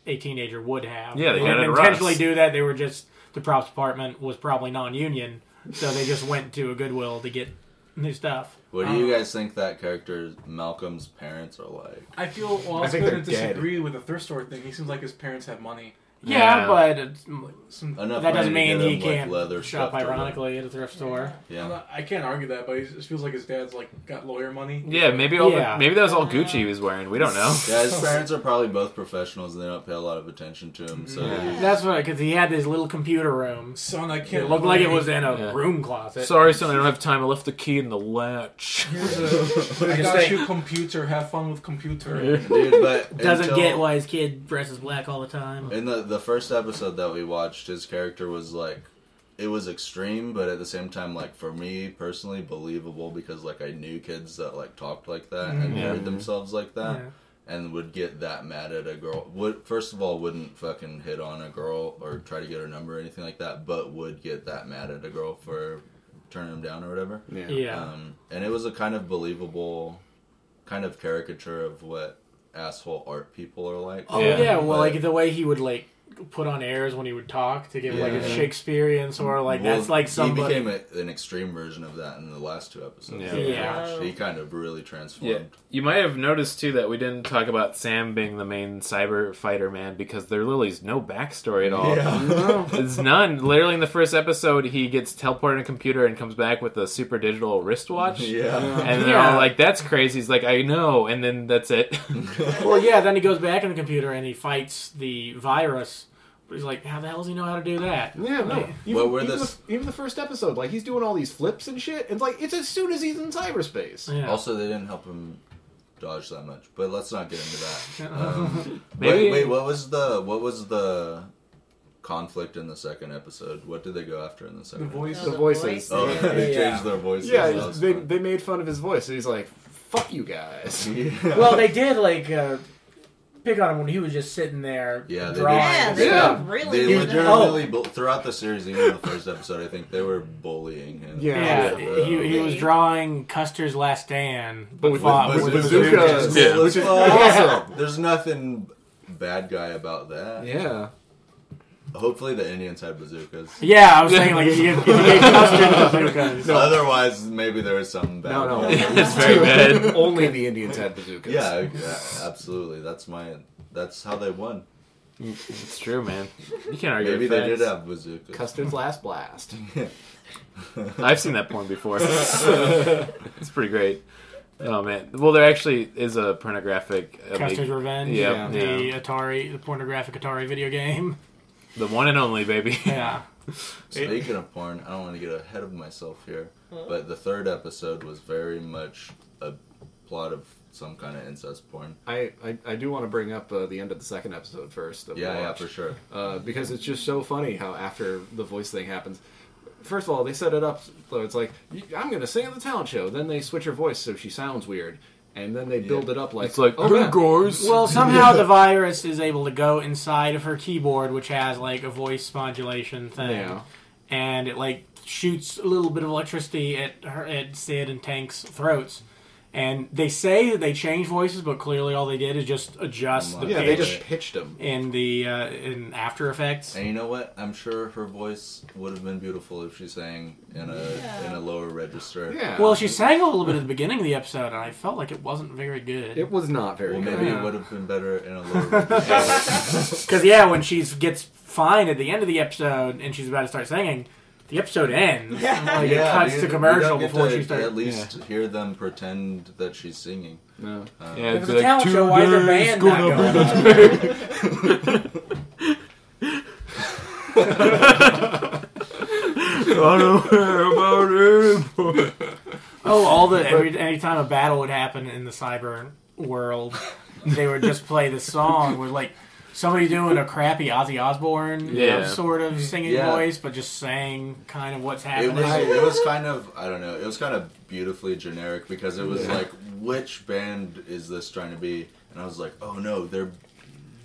Speaker 5: a teenager would have.
Speaker 4: Yeah, they got
Speaker 5: didn't
Speaker 4: it at
Speaker 5: intentionally
Speaker 4: Ross.
Speaker 5: do that. They were just the props department was probably non-union, so they just went to a Goodwill to get new stuff.
Speaker 6: What do you guys think that character Malcolm's parents are like?
Speaker 11: I feel well,
Speaker 3: I
Speaker 11: I am
Speaker 3: think
Speaker 11: going to
Speaker 3: they're dead.
Speaker 11: disagree with the thrift store thing. He seems like his parents have money.
Speaker 5: Yeah,
Speaker 4: Yeah.
Speaker 5: but it's,
Speaker 11: Some,
Speaker 6: Enough
Speaker 5: that doesn't
Speaker 6: money to
Speaker 5: mean
Speaker 6: get
Speaker 5: he
Speaker 6: him, like,
Speaker 5: can't
Speaker 6: leather
Speaker 5: shop
Speaker 6: stuff to wear.
Speaker 5: ironically at a thrift store.
Speaker 11: I'm
Speaker 6: Yeah,
Speaker 11: not- I can't argue that, but he just feels like his dad's like got lawyer money.
Speaker 4: Yeah, maybe all
Speaker 5: Yeah.
Speaker 4: The, maybe that was all Gucci he was wearing. We don't know.
Speaker 6: yeah. His parents are probably both professionals, and they don't pay a lot of attention to him. So he-
Speaker 5: That's what because he had this little computer room.
Speaker 11: Son, I can't.
Speaker 5: It looked like it was in a
Speaker 4: Yeah.
Speaker 5: room closet.
Speaker 4: Sorry, son, I don't have time. I left the key in the latch.
Speaker 11: Here's a, I
Speaker 5: say-
Speaker 11: got you computer. Have fun with computer.
Speaker 6: dude, but
Speaker 5: Doesn't
Speaker 6: until-
Speaker 5: get why his kid dresses black all the time.
Speaker 6: In the the first episode that we watched, his character was like, it was extreme, but at the same time, like for me personally, believable because like I knew kids that like talked like that and carried themselves like that, and would get that mad at a girl. Would first of all wouldn't fucking hit on a girl or try to get her number or anything like that, but would get that mad at a girl for turning him down or whatever.
Speaker 3: Yeah.
Speaker 5: Yeah.
Speaker 6: Um, and it was a kind of believable, kind of caricature of what asshole art people are like.
Speaker 5: Oh yeah,
Speaker 4: Yeah.
Speaker 5: well,
Speaker 6: But-
Speaker 5: like the way he would like put on airs when he would talk to give like a
Speaker 6: Yeah.
Speaker 5: Shakespearean or like
Speaker 6: Well,
Speaker 5: that's like somebody.
Speaker 6: He became a, an extreme version of that in the last two episodes.
Speaker 4: Yeah.
Speaker 5: Yeah.
Speaker 6: He kind of really
Speaker 4: Yeah,
Speaker 6: transformed.
Speaker 4: you might have noticed too that we didn't talk about Sam being the main cyber fighter man because there literally is no backstory at
Speaker 5: Oh,
Speaker 4: all. There's none. Literally, in the first episode, he gets teleported in a computer and comes back with a super digital wristwatch.
Speaker 6: Yeah.
Speaker 4: And they're
Speaker 5: Yeah.
Speaker 4: all like, "That's crazy." He's like, "I know," and then that's it.
Speaker 5: well, yeah. Then he goes back in the computer and he fights the virus. But he's like, how the hell does he know how to do that?
Speaker 3: Yeah, no. Even,
Speaker 6: Well, we're
Speaker 3: even,
Speaker 6: this-
Speaker 3: the, even the first episode, like he's doing all these flips and shit, and it's like it's as soon as he's in cyberspace.
Speaker 5: Yeah.
Speaker 6: Also, they didn't help him dodge that much, but let's not get into that. Um,
Speaker 4: Maybe-
Speaker 6: wait, wait, what was the what was the conflict in the second episode? What did they go after in the second? episode?
Speaker 7: No,
Speaker 3: The voices.
Speaker 6: Oh, they
Speaker 5: Yeah.
Speaker 6: changed their voices.
Speaker 3: Yeah,
Speaker 6: That was
Speaker 3: they,
Speaker 6: fun.
Speaker 3: they made fun of his voice. And he's like, "Fuck you guys."
Speaker 6: Yeah.
Speaker 5: well, they did like uh, pick on him when he was just sitting there.
Speaker 6: Yeah, they
Speaker 5: drawing.
Speaker 6: did.
Speaker 7: Yeah, they
Speaker 3: Yeah.
Speaker 7: were really
Speaker 6: They
Speaker 7: good.
Speaker 5: oh.
Speaker 6: legitimately bu- throughout the series, even in the first episode, I think they were bullying him.
Speaker 5: Yeah,
Speaker 3: Yeah.
Speaker 5: he, he was drawing Custer's Last Stand, but
Speaker 3: with-
Speaker 5: fought
Speaker 3: with-
Speaker 5: with,
Speaker 3: with
Speaker 5: bazookas.
Speaker 3: bazookas. Yeah.
Speaker 6: Which is awesome. There's nothing bad guy about that.
Speaker 3: Yeah.
Speaker 6: Hopefully the Indians had bazookas.
Speaker 5: Yeah, I was thinking like if you, if you gave Custer bazookas.
Speaker 6: Otherwise, maybe there was something bad.
Speaker 3: No, no.
Speaker 6: about it.
Speaker 4: it's very bad.
Speaker 3: Only the Indians had bazookas.
Speaker 6: yeah, yeah, absolutely. That's my. That's how they won.
Speaker 4: It's true, man. You can't argue.
Speaker 6: Maybe
Speaker 4: with
Speaker 6: they
Speaker 4: facts.
Speaker 6: did have bazookas.
Speaker 3: Custard's last blast.
Speaker 4: I've seen that porn before. it's pretty great. Oh man. Well, there actually is a pornographic. uh, like,
Speaker 5: Custer's Revenge,
Speaker 4: Yeah,
Speaker 5: the
Speaker 4: yeah.
Speaker 5: Atari, the pornographic Atari video game.
Speaker 4: the one and only baby.
Speaker 5: Yeah.
Speaker 6: Speaking of porn, I don't want to get ahead of myself here, but the third episode was very much a plot of some kind of incest porn.
Speaker 3: I, I, I do want to bring up uh, the end of the second episode first. that we
Speaker 6: Yeah, yeah,
Speaker 3: watched.
Speaker 6: for sure.
Speaker 3: uh, because it's just so funny how after the voice thing happens. First of all, they set it up so it's like "Y- I'm going to sing at the talent show. Then they switch her voice so she sounds weird, and then they build it up like "Oh,
Speaker 4: It's like,
Speaker 3: yeah."
Speaker 5: Oh, Well, somehow the virus is able to go inside of her keyboard, which has like a voice modulation thing,
Speaker 3: Yeah.
Speaker 5: and it like shoots a little bit of electricity at her, at Sid and Tank's throats. And they say that they change voices, but clearly all they did is just adjust the
Speaker 3: yeah,
Speaker 5: pitch
Speaker 3: they just pitched them.
Speaker 5: in the uh, in After Effects.
Speaker 6: And you know what? I'm sure her voice would have been beautiful if she sang in a in a lower register.
Speaker 3: Yeah,
Speaker 5: Well, she sang a little bit at the beginning of the episode, and I felt like it wasn't very good.
Speaker 3: it was not very
Speaker 6: Well,
Speaker 3: good.
Speaker 6: maybe it would have been better in a lower register.
Speaker 5: Because yeah, when she gets fine at the end of the episode, and she's about to start singing, the episode ends. Like it cuts
Speaker 6: you-
Speaker 5: to
Speaker 6: you
Speaker 5: commercial
Speaker 6: don't get
Speaker 5: before
Speaker 6: to
Speaker 5: she starts.
Speaker 6: At least hear them pretend that she's singing.
Speaker 3: No.
Speaker 4: Yeah,
Speaker 5: If
Speaker 4: it'd
Speaker 5: it's
Speaker 4: be
Speaker 5: a talent
Speaker 4: two
Speaker 5: show, why is their
Speaker 4: days
Speaker 5: band not
Speaker 4: gonna
Speaker 5: going
Speaker 4: be-
Speaker 5: on?
Speaker 4: I don't care about it.
Speaker 5: Oh, all the every any time a battle would happen in the cyber world, they would just play the song with like somebody doing a crappy Ozzy Osbourne you know,
Speaker 4: Yeah.
Speaker 5: sort of singing
Speaker 6: Yeah.
Speaker 5: voice, but just saying kind of what's
Speaker 6: It
Speaker 5: happening.
Speaker 6: was it was kind of I don't know. It was kind of beautifully generic because it was like, which band is this trying to be? And I was like, oh no, they're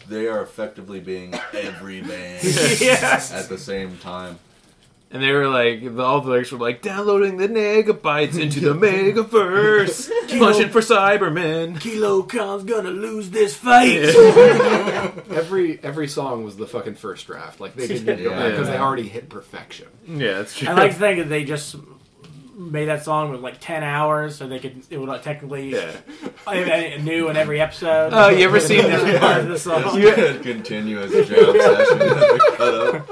Speaker 6: they are effectively being every band
Speaker 5: Yes.
Speaker 6: at the same time.
Speaker 4: And they were like, the- all the lyrics were like, downloading the negabytes into the megaverse, punching for Cybermen.
Speaker 5: Kilo Khan's gonna lose this fight.
Speaker 3: Every every song was the fucking first draft. Like they didn't need to go
Speaker 6: Yeah.
Speaker 3: back because they already hit perfection.
Speaker 4: Yeah, that's true.
Speaker 5: I like to think that they just made that song with like ten hours, so they could it would like, technically
Speaker 4: Yeah.
Speaker 5: I- I knew in every episode.
Speaker 4: Oh, you ever seen-
Speaker 5: different part of the song?
Speaker 6: You could continue as a jam session with the cut up.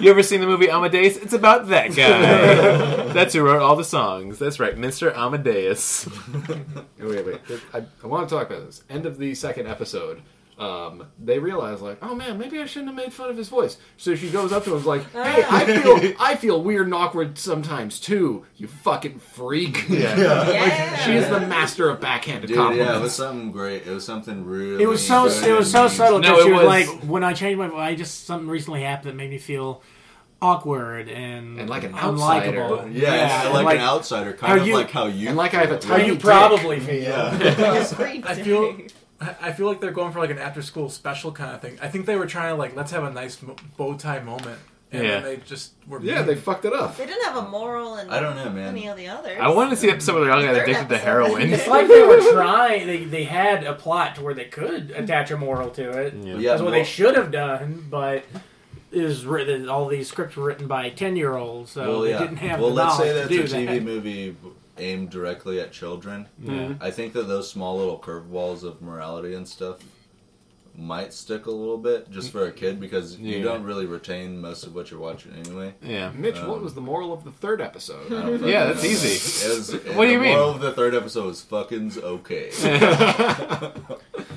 Speaker 4: You ever seen the movie Amadeus? It's about that guy. that's who wrote all the songs. That's right, Mr. Amadeus.
Speaker 3: Hey, Wait, wait. I, I want to talk about this. End of the second episode. Um, they realize like, oh man, maybe I shouldn't have made fun of his voice. So she goes up to him like, hey, I feel I feel weird and awkward sometimes too. You fucking freak.
Speaker 4: Yeah.
Speaker 7: Yeah.
Speaker 3: She is the master of backhanded
Speaker 6: Dude,
Speaker 3: compliments.
Speaker 6: yeah, it was something great. It was something really.
Speaker 5: It was so
Speaker 6: good
Speaker 5: it was so
Speaker 6: and-
Speaker 5: subtle
Speaker 4: No,
Speaker 5: because she
Speaker 4: it
Speaker 5: was,
Speaker 4: was-
Speaker 5: like, when I changed my voice, I just something recently happened that made me feel awkward and
Speaker 3: And like an outsider.
Speaker 5: unlikable.
Speaker 6: Yeah, it's
Speaker 5: and
Speaker 6: like, an outsider,
Speaker 5: how
Speaker 6: kind of
Speaker 5: you-
Speaker 6: like how you.
Speaker 3: and like I have a
Speaker 5: How
Speaker 3: tiny
Speaker 5: you
Speaker 3: dick.
Speaker 5: probably feel?
Speaker 6: Yeah.
Speaker 7: Freak
Speaker 5: I feel-
Speaker 7: dick.
Speaker 11: I I feel like they're going for like an after-school special kind of thing. I think they were trying to like let's have a nice mo- bow tie moment, and
Speaker 10: Yeah.
Speaker 11: then they just were
Speaker 3: Yeah, they fucked it up.
Speaker 7: They didn't have a moral and
Speaker 6: I don't know, man.
Speaker 7: any of the others.
Speaker 10: I wanted to see an episode where they all got
Speaker 7: Third
Speaker 10: addicted to
Speaker 7: episode.
Speaker 10: heroin.
Speaker 5: It's like they were trying. They, they had a plot to where they could attach a moral to it.
Speaker 10: Yeah.
Speaker 6: Yeah,
Speaker 5: That's what they
Speaker 6: well-
Speaker 5: should have done, but it was written. All these scripts were written by ten year olds, so
Speaker 6: well,
Speaker 5: they
Speaker 6: yeah.
Speaker 5: didn't have
Speaker 6: well,
Speaker 5: the
Speaker 6: let's
Speaker 5: knowledge
Speaker 6: say
Speaker 5: to
Speaker 6: that's
Speaker 5: do
Speaker 6: a TV
Speaker 5: that.
Speaker 6: movie aimed directly at children.
Speaker 10: Yeah.
Speaker 6: I think that those small little curveballs of morality and stuff might stick a little bit just for a kid because
Speaker 10: Yeah.
Speaker 6: you don't really retain most of what you're watching anyway.
Speaker 10: Yeah.
Speaker 3: Mitch, what was the moral of the third episode?
Speaker 6: I don't fucking
Speaker 10: Yeah, that's
Speaker 6: know.
Speaker 10: easy.
Speaker 6: uh, It was,
Speaker 10: What do you
Speaker 6: the
Speaker 10: mean?
Speaker 6: Moral of the third episode was fucking's okay.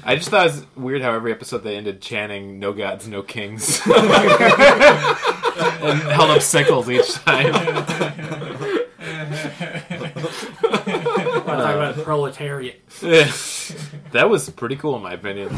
Speaker 10: I just thought it was weird how every episode they ended chanting "No gods, no kings," and held up sickles each time.
Speaker 5: Wanna talk about proletariat.
Speaker 10: that was pretty cool, in my opinion.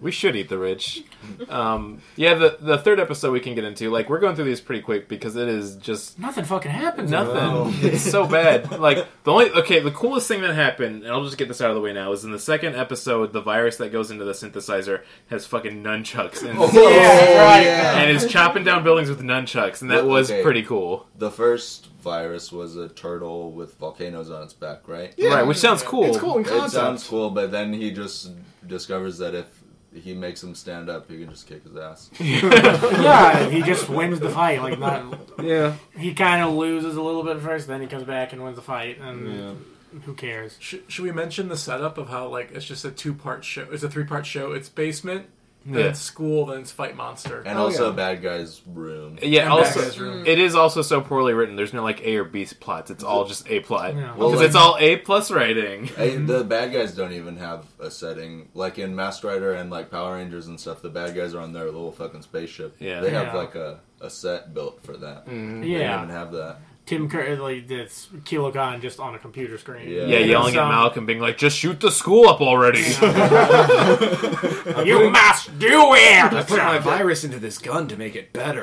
Speaker 10: we should eat the rich. Um, yeah, the the third episode we can get into. Like, we're going through these pretty quick because it is just
Speaker 5: Nothing fucking happens.
Speaker 10: Nothing. It's so bad. Like the only okay, the coolest thing that happened, and I'll just get this out of the way now, is in the second episode, the virus that goes into the synthesizer has fucking nunchucks and,
Speaker 3: Oh,
Speaker 6: yeah,
Speaker 10: and is chopping down buildings with nunchucks, and that
Speaker 6: Well,
Speaker 10: was
Speaker 6: okay.
Speaker 10: pretty cool.
Speaker 6: The first virus was a turtle with volcanoes on its back, right?
Speaker 10: Right, which sounds cool.
Speaker 3: It's cool in
Speaker 6: It sounds
Speaker 3: concept.
Speaker 6: cool, but then he just discovers that if he makes him stand up, he can just kick his ass.
Speaker 5: yeah, he just wins the fight. Like not,
Speaker 3: Yeah.
Speaker 5: he kind of loses a little bit first, then he comes back and wins the fight, and who cares?
Speaker 11: Sh- should we mention the setup of how like it's just a two-part show? It's a three-part show. It's basement, then
Speaker 10: Yeah.
Speaker 11: it's school, then it's fight monster.
Speaker 6: And
Speaker 3: Oh,
Speaker 6: also
Speaker 3: yeah.
Speaker 6: a bad guy's room.
Speaker 10: Yeah,
Speaker 11: And back
Speaker 10: also
Speaker 11: to his
Speaker 10: it is also so poorly written. There's no like A or B plots. It's all just A plot
Speaker 5: Yeah.
Speaker 10: because
Speaker 6: Well,
Speaker 10: it's all A plus writing.
Speaker 6: Hey,
Speaker 3: Mm-hmm.
Speaker 6: the bad guys don't even have a setting. Like in Mask Rider and like Power Rangers and stuff, the bad guys are on their little fucking spaceship.
Speaker 10: Yeah.
Speaker 6: They have
Speaker 5: Yeah.
Speaker 6: like a, a set built for that.
Speaker 3: Mm-hmm.
Speaker 6: They don't even
Speaker 5: Yeah,
Speaker 6: have that.
Speaker 5: Tim Curry, like that's Kilo Khan just on a computer screen.
Speaker 6: Yeah.
Speaker 10: Yeah, yelling at
Speaker 5: So-
Speaker 10: Malcolm, being like, "Just shoot the school up already."
Speaker 5: You must do
Speaker 3: I put my
Speaker 5: it.
Speaker 3: virus into this gun to make it better.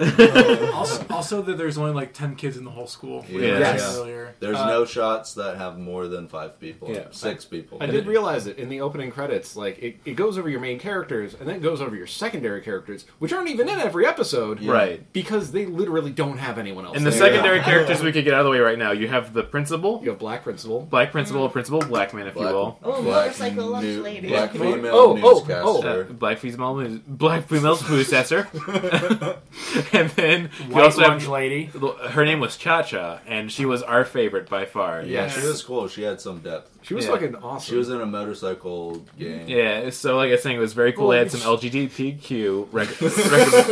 Speaker 11: also, also that there's only like ten kids in the whole school.
Speaker 6: Yeah.
Speaker 3: Yes.
Speaker 11: Earlier.
Speaker 6: There's no shots that have more than five people.
Speaker 3: Yeah.
Speaker 6: Six people.
Speaker 3: I did realize it in the opening credits. Like it, it goes over your main characters and then it goes over your secondary characters, which aren't even in every episode,
Speaker 10: Right.
Speaker 3: Because they literally don't have anyone else.
Speaker 10: And the
Speaker 3: there.
Speaker 10: secondary characters we could get out of the way right now. You have the principal,
Speaker 3: you have Black Principal.
Speaker 10: Black principal, principal, black man, if
Speaker 6: Black,
Speaker 10: you will.
Speaker 7: Oh, motorcycle lunch
Speaker 6: new-
Speaker 7: lady.
Speaker 6: Black female
Speaker 3: Oh, oh,
Speaker 6: newscaster.
Speaker 3: oh.
Speaker 10: Uh, black female, news- black female newscaster, and then you
Speaker 5: White
Speaker 10: also
Speaker 5: lunch
Speaker 10: have,
Speaker 5: lady.
Speaker 10: her name was Cha Cha, and she was our favorite by far.
Speaker 6: Yeah, she was cool. She had some depth.
Speaker 3: She was
Speaker 10: Yeah.
Speaker 3: fucking awesome.
Speaker 6: She was in a motorcycle gang.
Speaker 10: Yeah, so like I was saying, it was very cool.
Speaker 5: Well,
Speaker 10: they had some
Speaker 5: it's-
Speaker 10: LGBTQ rec- rec-
Speaker 5: She kept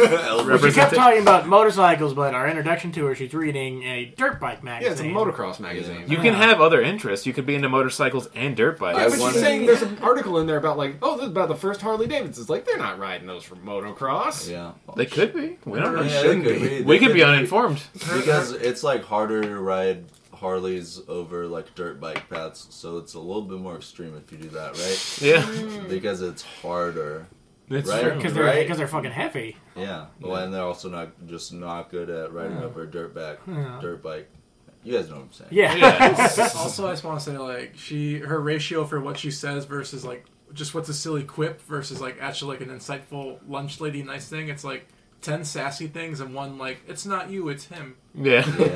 Speaker 10: representation.
Speaker 5: talking about motorcycles, but our introduction to her, she's reading a dirt bike
Speaker 3: yeah,
Speaker 5: magazine.
Speaker 3: it's a motocross magazine.
Speaker 10: You can have other interests. You could be into motorcycles and dirt
Speaker 3: Yeah,
Speaker 10: bikes.
Speaker 3: but she's
Speaker 6: wanted-
Speaker 3: saying there's an article in there about like, oh, this is about the first Harley Davidsons. Like they're not riding those for motocross.
Speaker 6: Yeah.
Speaker 10: They could be. We don't know.
Speaker 6: Yeah, they
Speaker 3: shouldn't
Speaker 6: could
Speaker 3: be.
Speaker 6: They
Speaker 10: We could be uninformed.
Speaker 6: because it's like harder to ride Harleys over like dirt bike paths, so it's a little bit more extreme if you do that, right?
Speaker 10: Yeah,
Speaker 6: Because it's harder.
Speaker 10: that's
Speaker 6: Right.
Speaker 10: true.
Speaker 5: because they're
Speaker 6: Right.
Speaker 5: because they're fucking heavy.
Speaker 6: Yeah. Well, and they're also not just not good at riding over dirt back dirt bike. You guys know what I'm saying?
Speaker 5: Yeah,
Speaker 10: Yeah.
Speaker 11: also, I just want to say like she her ratio for what she says versus like just what's a silly quip versus like actually like an insightful lunch lady nice thing. It's like ten sassy things and one like it's not you, it's him.
Speaker 10: Yeah.
Speaker 6: Yeah,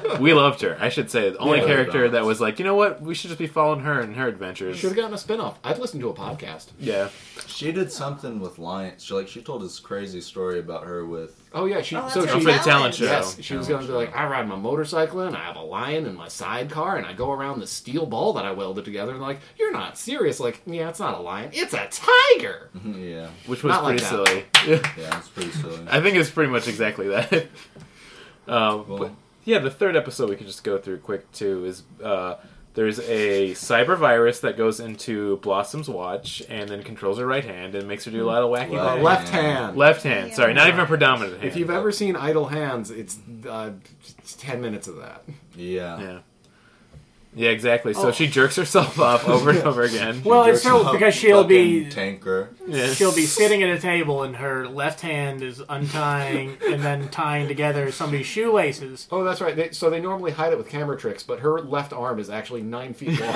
Speaker 6: yeah.
Speaker 10: We loved her. I should say the only
Speaker 6: Yeah.
Speaker 10: character that was like, you know what, we should just be following her and her adventures.
Speaker 3: Should have gotten a spin-off. I'd listen to a podcast.
Speaker 10: Yeah,
Speaker 6: She did something with lions. She like she told this crazy story about her with
Speaker 3: Oh yeah, she
Speaker 7: Oh, that's
Speaker 3: so
Speaker 7: her
Speaker 3: she
Speaker 10: for the talent
Speaker 7: Challenge.
Speaker 10: show.
Speaker 3: Yes, she was going to be like, I ride my motorcycle and I have a lion in my sidecar and I go around the steel ball that I welded together. And like, you're not serious. Like, yeah, it's not a lion, it's a tiger.
Speaker 6: yeah,
Speaker 10: which was
Speaker 3: Not like
Speaker 10: pretty silly. Yeah.
Speaker 6: yeah. It's pretty silly.
Speaker 10: I think it's pretty much exactly that. um,
Speaker 6: Well,
Speaker 10: but yeah, the third episode we can just go through quick too is uh, there's a cyber virus that goes into Blossom's watch and then controls her right hand and makes her do a lot of wacky
Speaker 6: Well,
Speaker 10: things.
Speaker 3: Left hand.
Speaker 10: Left hand,
Speaker 7: Yeah.
Speaker 10: sorry, not even predominant hand.
Speaker 3: If you've ever seen Idle Hands, it's, uh, it's ten minutes of that.
Speaker 6: yeah.
Speaker 10: yeah.
Speaker 4: Yeah, exactly. So she jerks herself up over and over again.
Speaker 5: Well, it's so because she'll be
Speaker 6: tanker.
Speaker 4: Yeah.
Speaker 5: she'll be sitting at a table and her left hand is untying and then tying together somebody's shoelaces.
Speaker 3: Oh, that's right. They, so they normally hide it with camera tricks, but her left arm is actually nine feet long.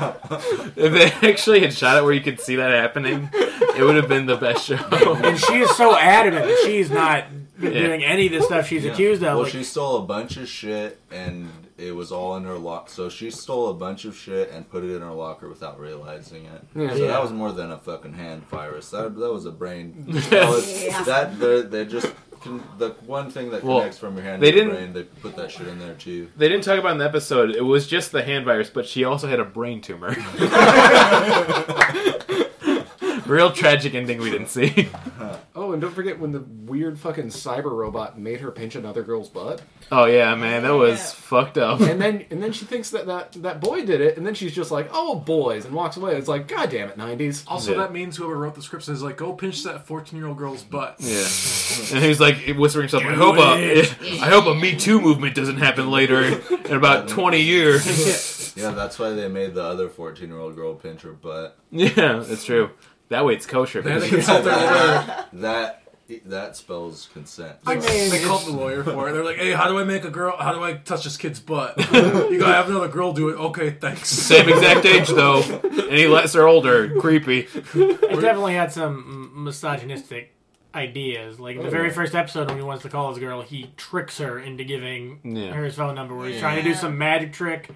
Speaker 4: If they actually had shot it where you could see that happening, it would have been the best show.
Speaker 5: And she is so adamant that she's not been
Speaker 4: Yeah.
Speaker 5: doing any of the stuff she's accused of.
Speaker 6: Well,
Speaker 5: like,
Speaker 6: she stole a bunch of shit, and it was all in her lock. So she stole a bunch of shit and put it in her locker without realizing it. So
Speaker 5: Yeah.
Speaker 6: that was more than a fucking hand virus. That that was a brain. that was-
Speaker 7: Yeah.
Speaker 6: That they're, they're just con- the one thing that
Speaker 4: Well,
Speaker 6: connects from your hand
Speaker 4: they
Speaker 6: to your
Speaker 4: didn't-
Speaker 6: brain. They put that shit in there too.
Speaker 4: They didn't talk about it in the episode. It was just the hand virus, but she also had a brain tumor. Real tragic ending we didn't see.
Speaker 3: oh, and don't forget when the weird fucking cyber robot made her pinch another girl's butt,
Speaker 4: Oh yeah, man, that was
Speaker 7: Yeah.
Speaker 4: fucked up.
Speaker 3: and then and then she thinks that that that boy did it, and then she's just like, "Oh, boys," and walks away. It's like, God damn it, nineties.
Speaker 11: Also,
Speaker 4: Yeah.
Speaker 11: that means whoever wrote the script says like, "Go pinch that fourteen-year-old girl's butt."
Speaker 4: Yeah, and he was like whispering something. I hope a, I hope a Me Too movement doesn't happen later in about twenty years.
Speaker 6: Yeah, that's why they made the other fourteen-year-old girl pinch her butt.
Speaker 4: yeah, that's true. That way it's kosher.
Speaker 11: They had to
Speaker 4: because-
Speaker 11: consult their lawyer.
Speaker 6: That that spells consent.
Speaker 11: They- they called the lawyer for it. They're like, "Hey, how do I make a girl? How do I touch this kid's butt? you gotta have another girl do it." Okay, thanks.
Speaker 4: Same exact age though, and he lets her older. Creepy.
Speaker 5: It definitely had some m- misogynistic ideas. Like in
Speaker 4: Oh,
Speaker 5: the very first episode, when he wants to call his girl, he tricks her into giving
Speaker 4: Yeah.
Speaker 5: her his phone number. Where he's trying to do
Speaker 7: Yeah.
Speaker 5: some magic trick.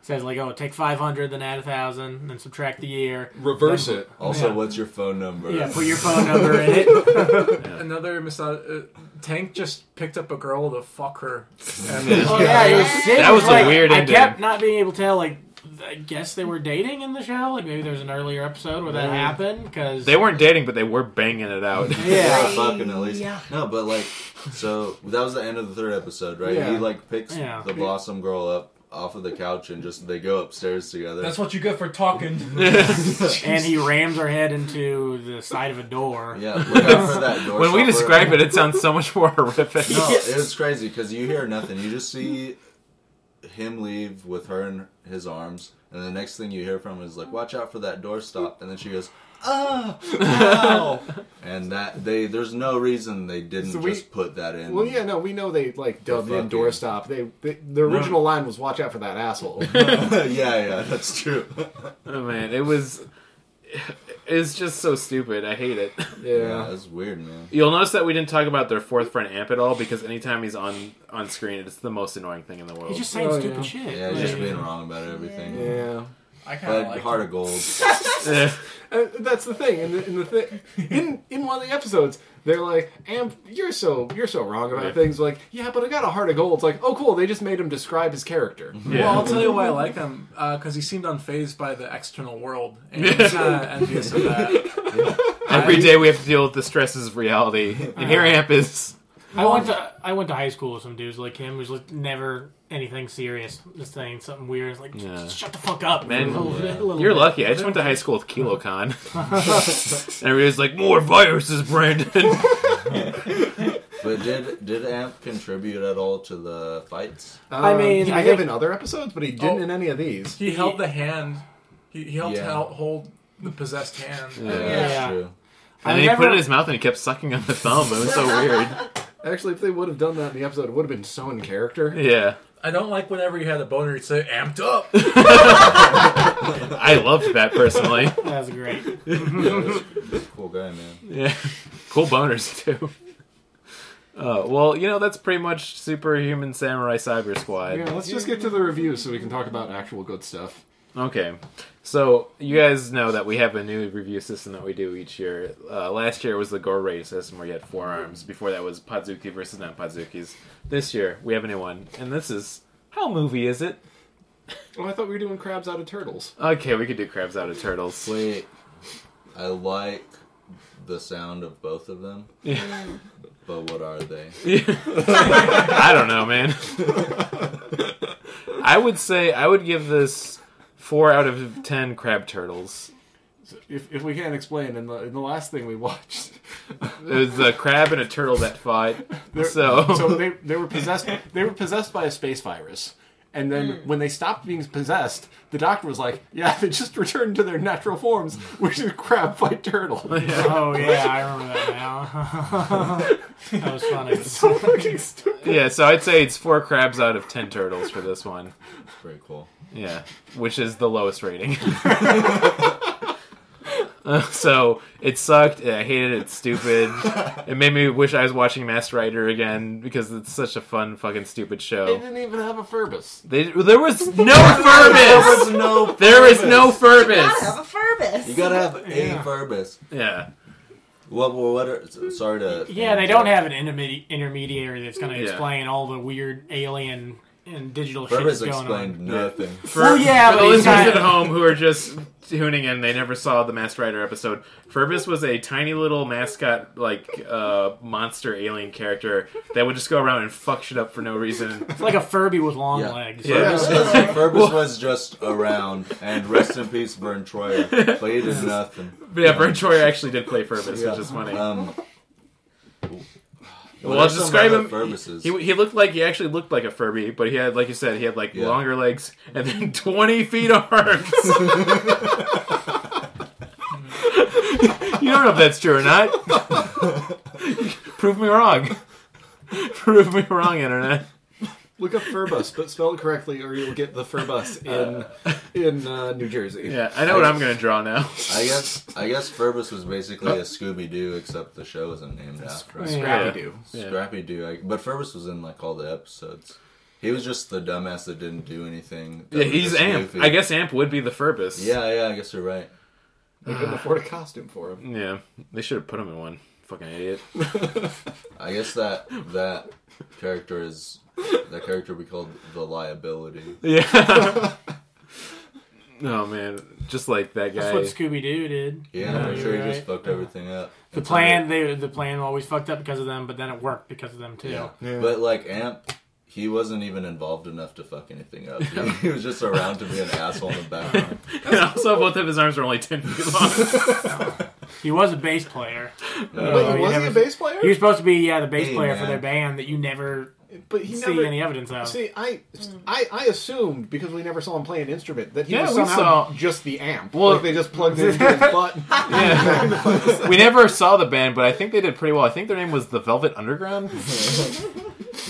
Speaker 5: Says like, "Oh, take five hundred, then add a thousand, then subtract the year.
Speaker 3: Reverse it.
Speaker 6: Also,
Speaker 5: Yeah.
Speaker 6: what's your phone number?
Speaker 5: Yeah, put your phone number in it."
Speaker 11: another miso- uh, Tank just picked up a girl to fuck her.
Speaker 5: Oh yeah, it was sick.
Speaker 4: That was a
Speaker 5: like,
Speaker 4: weird
Speaker 5: I
Speaker 4: ending.
Speaker 5: kept not being able to tell. Like, I guess they were dating in the show. Like maybe there was an earlier episode where that happened because
Speaker 4: They weren't dating, but they were banging it out.
Speaker 5: Yeah.
Speaker 6: Not fucking at least.
Speaker 7: Yeah.
Speaker 6: No, but like, so that was the end of the third episode, right?
Speaker 3: Yeah.
Speaker 6: He like picks
Speaker 5: Yeah.
Speaker 6: the blossom girl up off of the couch and just they go upstairs together.
Speaker 11: That's what you get for talking.
Speaker 5: and he rams her head into the side of a door.
Speaker 6: yeah, look out for that door.
Speaker 4: when we
Speaker 6: shopper.
Speaker 4: describe it, it sounds so much more horrific.
Speaker 6: no, Oh, it was crazy because you hear nothing. You just see him leave with her in his arms, and the next thing you hear from him is like, "Watch out for that door stop," and then she goes. Oh, wow. and that they there's no reason they didn't
Speaker 3: So we-
Speaker 6: just put that in.
Speaker 3: Well, yeah, no, we know they like dubbed in
Speaker 6: fucking-
Speaker 3: doorstop. They, they the original line was "Watch out for that asshole."
Speaker 6: yeah, yeah, that's true.
Speaker 4: Oh man, it was. It's just so stupid. I hate it.
Speaker 6: yeah,
Speaker 3: yeah.
Speaker 6: that's weird, man.
Speaker 4: You'll notice that we didn't talk about their fourth friend Amp at all because anytime he's on on screen, it's the most annoying thing in the world.
Speaker 5: He's just saying
Speaker 3: Oh,
Speaker 5: stupid
Speaker 3: yeah.
Speaker 5: shit.
Speaker 6: Yeah,
Speaker 5: Like,
Speaker 6: just being wrong about everything.
Speaker 3: Yeah,
Speaker 11: I kind
Speaker 6: But
Speaker 11: of like
Speaker 6: heart
Speaker 11: her.
Speaker 6: of gold.
Speaker 4: Eh.
Speaker 3: Uh, that's the thing. In the, in the thi- in in one of the episodes, they're like, "Amp, you're so you're so wrong about
Speaker 4: Yeah.
Speaker 3: things." Like, yeah, but I got a heart of gold. It's like, oh, cool. They just made him describe his character.
Speaker 11: Well, I'll
Speaker 4: yeah.
Speaker 11: tell you why I like him because he seemed unfazed by the external world, and he's kind of envious of that.
Speaker 4: Every day we have to deal with the stresses of reality, and here Amp is.
Speaker 5: I went to I went to high school with some dudes like him who's like never anything serious, just saying something weird. It's like "Just-
Speaker 4: Yeah.
Speaker 5: just shut the fuck up,
Speaker 4: Man,
Speaker 5: A little- a little
Speaker 4: You're
Speaker 5: bit.
Speaker 4: lucky. I just went to high school with KiloCon. and everybody's like, "More viruses, Brandon."
Speaker 6: But did did Amp contribute at all to the fights?
Speaker 3: Oh,
Speaker 5: I mean,
Speaker 3: Um, he
Speaker 5: I
Speaker 3: may
Speaker 5: think-
Speaker 3: have in other episodes, but he didn't
Speaker 11: Oh.
Speaker 3: in any of these.
Speaker 11: He held the hand. He, he helped
Speaker 6: Yeah.
Speaker 11: hel- hold the possessed hand.
Speaker 6: that's
Speaker 5: Yeah.
Speaker 6: true.
Speaker 5: I
Speaker 4: And then he
Speaker 5: never-
Speaker 4: put it in his mouth and he kept sucking on the thumb. It was so weird.
Speaker 3: Actually, if they would have done that in the episode, it would have been so in character.
Speaker 4: Yeah,
Speaker 11: I don't like whenever he had a boner, he'd say, amped up.
Speaker 4: I loved that personally.
Speaker 5: That was great.
Speaker 6: Cool guy, man.
Speaker 4: Yeah, cool boners too. Uh, well, you know that's pretty much superhuman samurai cyber squad.
Speaker 3: Yeah, let's just get to the review so we can talk about actual good stuff.
Speaker 4: Okay, so you guys know that we have a new review system that we do each year. Uh, last year was the Gore Raid system where you had four arms. Before that was Pazuki versus non Pazukis. This year we have a new one, and this is how movie is it?
Speaker 3: Oh, I thought we were doing crabs out of turtles.
Speaker 4: Okay, we could do crabs out of turtles.
Speaker 6: Wait, I like the sound of both of them. But what are they?
Speaker 4: I don't know, man. I would say I would give this four out of ten crab turtles.
Speaker 3: If, if we can't explain, in the, in the last thing we watched,
Speaker 4: It was a Uh, crab and a turtle that fought.
Speaker 3: They're-
Speaker 4: So,
Speaker 3: so they, they were possessed they were possessed by a space virus And then when they stopped being possessed, the doctor was like, "Yeah, they just returned to their natural forms, which is crab fight turtle."
Speaker 5: Oh yeah, I remember that now. that was funny.
Speaker 3: so fucking stupid.
Speaker 4: Yeah, so I'd say it's four crabs out of ten turtles for this one.
Speaker 6: Pretty cool.
Speaker 4: Yeah, which is the lowest rating. Uh, so it sucked. I hated it. It's stupid. It made me wish I was watching Master Rider again because it's such a fun, fucking stupid
Speaker 3: They
Speaker 4: show.
Speaker 3: didn't even have a Furbus.
Speaker 4: They, there was no
Speaker 6: There
Speaker 4: Furbus.
Speaker 6: was no.
Speaker 4: There is Oh, no
Speaker 7: Gotta have
Speaker 4: Furbus.
Speaker 7: a Furbus.
Speaker 6: You gotta have
Speaker 5: Yeah.
Speaker 6: a Furbus.
Speaker 4: Yeah,
Speaker 6: What? What? what are, so- sorry to.
Speaker 5: Yeah, they don't have an intermedi- intermediary that's going to
Speaker 4: Yeah.
Speaker 5: explain all the weird alien and digital shit that's
Speaker 6: Furbus
Speaker 5: going
Speaker 6: explained
Speaker 5: on.
Speaker 6: nothing.
Speaker 5: Well, yeah,
Speaker 4: for
Speaker 5: but
Speaker 4: the
Speaker 5: he's
Speaker 4: listeners
Speaker 5: not-
Speaker 4: at home who are just tuning in, they never saw the Master Rider episode. Furbus was a tiny little mascot, like uh, monster alien character that would just go around and fuck shit up for no reason.
Speaker 5: It's like a Furby with long
Speaker 6: Yeah.
Speaker 5: legs.
Speaker 4: Yeah.
Speaker 6: Furbus, was, Furbus was just around, and rest in peace, Vern Troyer. But he did nothing.
Speaker 4: But yeah, Vern Troyer actually did play Furbus, which is funny.
Speaker 6: Um,
Speaker 4: well, I'll describe him.
Speaker 6: Furbuses.
Speaker 4: He, he looked like he actually looked like a Furby, but he had, like you said, he had like
Speaker 6: Yeah.
Speaker 4: longer legs and then twenty feet of arms. you don't know if that's true or not. Prove me wrong. Prove me wrong, internet.
Speaker 3: Look up Furbus, but spell it correctly, or you'll get the Furbus in in uh, New Jersey.
Speaker 4: Yeah, I know what I'm gonna draw now.
Speaker 6: I guess I guess Furbus was basically a Scooby Doo, except the show isn't named after him.
Speaker 5: Yeah.
Speaker 3: Scrappy-Doo.
Speaker 4: Yeah.
Speaker 6: Scrappy Doo. I- But Furbus was in like all the episodes. He was just the dumbass that didn't do anything. that
Speaker 4: Yeah,
Speaker 6: was
Speaker 4: he's
Speaker 6: just
Speaker 4: Amp.
Speaker 6: goofy.
Speaker 4: I guess Amp would be the Furbus.
Speaker 6: Yeah, yeah. I guess you're right.
Speaker 3: They
Speaker 5: Uh.
Speaker 3: couldn't afford a costume for him.
Speaker 4: yeah. They should have put him in one. Fucking idiot.
Speaker 6: I guess that that character is that character we called the liability.
Speaker 4: Yeah. oh man, just like that guy.
Speaker 5: That's what Scooby Doo did.
Speaker 6: Yeah, I'm
Speaker 5: you're
Speaker 6: sure he
Speaker 5: right.
Speaker 6: just fucked everything up.
Speaker 5: The plan, they the plan always fucked up because of them, but then it worked because of them too.
Speaker 6: Yeah. But like Amp, he wasn't even involved enough to fuck anything up. He, he was just around to be an asshole in the background.
Speaker 4: and also, both of his arms are only ten feet long.
Speaker 5: He was a bass player.
Speaker 3: Wait,
Speaker 5: he
Speaker 3: was
Speaker 5: never-
Speaker 3: he a bass player?
Speaker 5: He was supposed to be yeah the bass
Speaker 6: Hey,
Speaker 5: player for
Speaker 6: man.
Speaker 5: their band that you never
Speaker 3: but he
Speaker 5: see
Speaker 3: never.
Speaker 5: any evidence of.
Speaker 3: See, I, I, I assumed because we never saw him play an instrument that he
Speaker 4: Yeah,
Speaker 3: was
Speaker 4: we
Speaker 3: somehow
Speaker 4: saw-
Speaker 3: just the amp.
Speaker 4: Well-
Speaker 3: like they just plugged it into his butt.
Speaker 4: we never saw the band, but I think they did pretty well. I think their name was the Velvet Underground.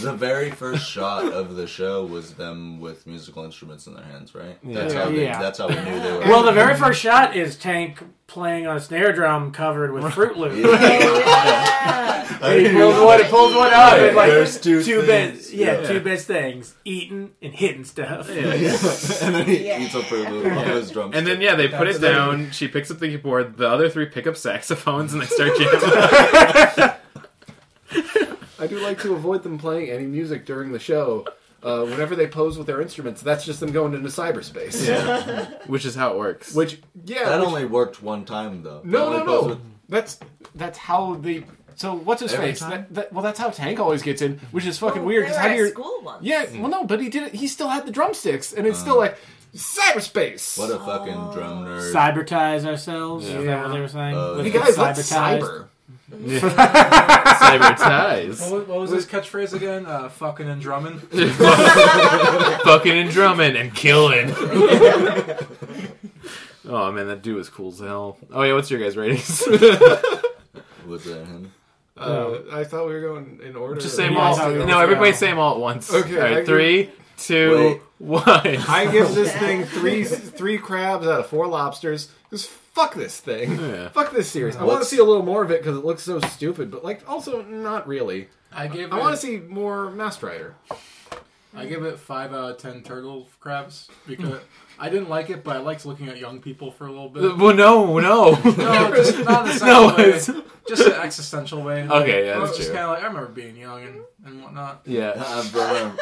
Speaker 6: the very first shot of the show was them with musical instruments in their hands, right? That's how they,
Speaker 5: Yeah.
Speaker 6: that's how we knew they were.
Speaker 5: Well, the very first shot is Tank playing on a snare drum covered with Fruit Loops.
Speaker 7: Oh, Yeah.
Speaker 5: he pulls one, he pulls one out. and like
Speaker 6: There's two
Speaker 5: best,
Speaker 6: things.
Speaker 5: yeah,
Speaker 4: Yeah.
Speaker 5: two best things: eating and hitting stuff.
Speaker 6: and then he
Speaker 7: Yeah.
Speaker 6: eats up her little his drum.
Speaker 4: And then yeah, they put it down. She picks up the keyboard. The other three pick up saxophones and they start jamming.
Speaker 3: I do like to avoid them playing any music during the show. Uh, whenever they pose with their instruments, that's just them going into cyberspace.
Speaker 4: yeah, which is how it works.
Speaker 3: Which, yeah,
Speaker 6: that
Speaker 3: which-
Speaker 6: only worked one time though.
Speaker 3: no,
Speaker 6: That
Speaker 3: no,
Speaker 6: only
Speaker 3: no.
Speaker 6: goes with-
Speaker 3: That's that's how they. So what's his
Speaker 6: Every
Speaker 3: face?
Speaker 6: time?
Speaker 3: That, that, well, that's how Tank always gets in, which is fucking
Speaker 7: Well,
Speaker 3: weird.
Speaker 7: they
Speaker 3: Because
Speaker 7: were
Speaker 3: how do
Speaker 7: at
Speaker 3: you?
Speaker 7: school once.
Speaker 3: Yeah, well, no, but he did it. He still had the drumsticks, and
Speaker 6: uh,
Speaker 3: it's still like cyberspace.
Speaker 6: What a fucking drum nerd.
Speaker 5: Cybertize ourselves. Is that what they were saying?
Speaker 6: Uh,
Speaker 5: Let's
Speaker 3: you
Speaker 5: get
Speaker 3: guys, let's
Speaker 5: cybertized.
Speaker 3: cyber.
Speaker 4: cyber
Speaker 11: What
Speaker 4: ties,
Speaker 11: was, what was his catchphrase again? Uh, fucking and drumming.
Speaker 4: fucking and drumming and killing. oh man, that dude was cool as hell. Oh yeah, what's your guys' ratings?
Speaker 6: Was that him?
Speaker 3: Uh, I thought we were going in order.
Speaker 4: Just say 'em
Speaker 5: Yeah, I thought
Speaker 4: all.
Speaker 5: we were
Speaker 4: No,
Speaker 5: all
Speaker 4: everybody
Speaker 5: together.
Speaker 4: say 'em all at once.
Speaker 3: Okay,
Speaker 4: All
Speaker 3: I
Speaker 4: right, three, two, one.
Speaker 3: I give this thing three three crabs out of four lobsters. Just fuck this thing.
Speaker 4: Yeah.
Speaker 3: Fuck this series. I want to
Speaker 6: What's-
Speaker 3: see a little more of it because it looks so stupid, but like also not really.
Speaker 11: I gave.
Speaker 3: I
Speaker 11: it-
Speaker 3: want to see more Master Rider.
Speaker 11: I give it five out of ten turtle crabs because I didn't like it, but I liked looking at young people for a little bit.
Speaker 4: Well, Oh, no, no.
Speaker 11: No, just not in a
Speaker 4: No,
Speaker 11: sexual way.
Speaker 4: it's-
Speaker 11: Just an existential way.
Speaker 4: Okay, yeah,
Speaker 11: I was
Speaker 4: that's
Speaker 11: just
Speaker 4: true.
Speaker 11: kind of like I remember being young and, and whatnot.
Speaker 4: yeah.
Speaker 6: I've been Uh,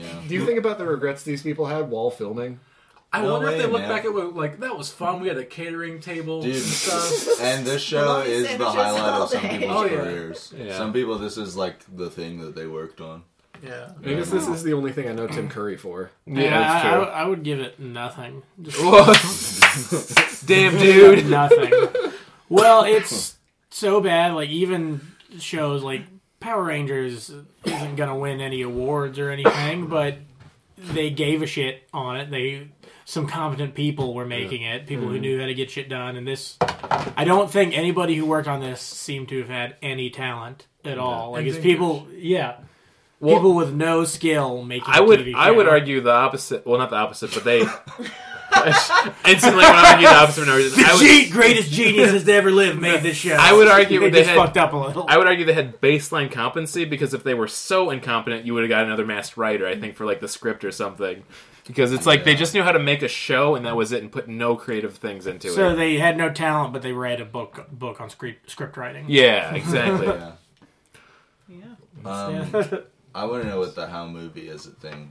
Speaker 6: yeah.
Speaker 3: Do you think about the regrets these people had while filming?
Speaker 11: I
Speaker 6: No
Speaker 11: wonder if
Speaker 6: way,
Speaker 11: they look
Speaker 6: man.
Speaker 11: back at what like that was fun. We had a catering table
Speaker 6: Dude,
Speaker 11: and stuff.
Speaker 6: and this show
Speaker 7: Bologna
Speaker 6: is the
Speaker 7: sandwiches
Speaker 6: highlight
Speaker 7: all
Speaker 6: of some
Speaker 7: day.
Speaker 6: people's
Speaker 11: Oh, yeah.
Speaker 6: careers.
Speaker 4: Yeah.
Speaker 6: Some people, this is like the thing that they worked on.
Speaker 11: Yeah.
Speaker 3: I guess this is the only thing I know Tim Curry for.
Speaker 4: Yeah, that's
Speaker 5: I, I,
Speaker 4: true.
Speaker 5: I would give it nothing. Just
Speaker 4: Damn, dude.
Speaker 5: nothing. well, it's so bad. Like even shows like Power Rangers isn't gonna win any awards or anything, but they gave a shit on it. They some competent people were making it, people
Speaker 4: Mm-hmm.
Speaker 5: who
Speaker 12: Mhm.
Speaker 5: knew how to get shit done. And this, I don't think anybody who worked on this seemed to have had any talent at all. Like
Speaker 4: And
Speaker 5: it's
Speaker 4: fingers.
Speaker 5: people, yeah,
Speaker 4: Well,
Speaker 5: people with no skill making.
Speaker 4: I would
Speaker 5: a TV
Speaker 4: I would
Speaker 5: show.
Speaker 4: argue the opposite. Well, not the opposite, but they. Instantly, when I argue the opposite for no reason.
Speaker 5: The
Speaker 4: I would-
Speaker 5: ge- greatest geniuses to ever live made this show.
Speaker 4: I would argue
Speaker 5: they,
Speaker 4: they
Speaker 5: just
Speaker 4: had,
Speaker 5: fucked up a little.
Speaker 4: I would argue they had baseline competency because if they were so incompetent, you would have got another masked writer, I think, for like the script or something. Because it's like they just knew how to make a show and that was it, and put no creative things into
Speaker 5: So
Speaker 4: it.
Speaker 5: they had no talent, but they read a book book on script script writing.
Speaker 4: Yeah, exactly.
Speaker 6: Yeah.
Speaker 5: Yeah.
Speaker 6: Um, I want to know what the how movie is a thing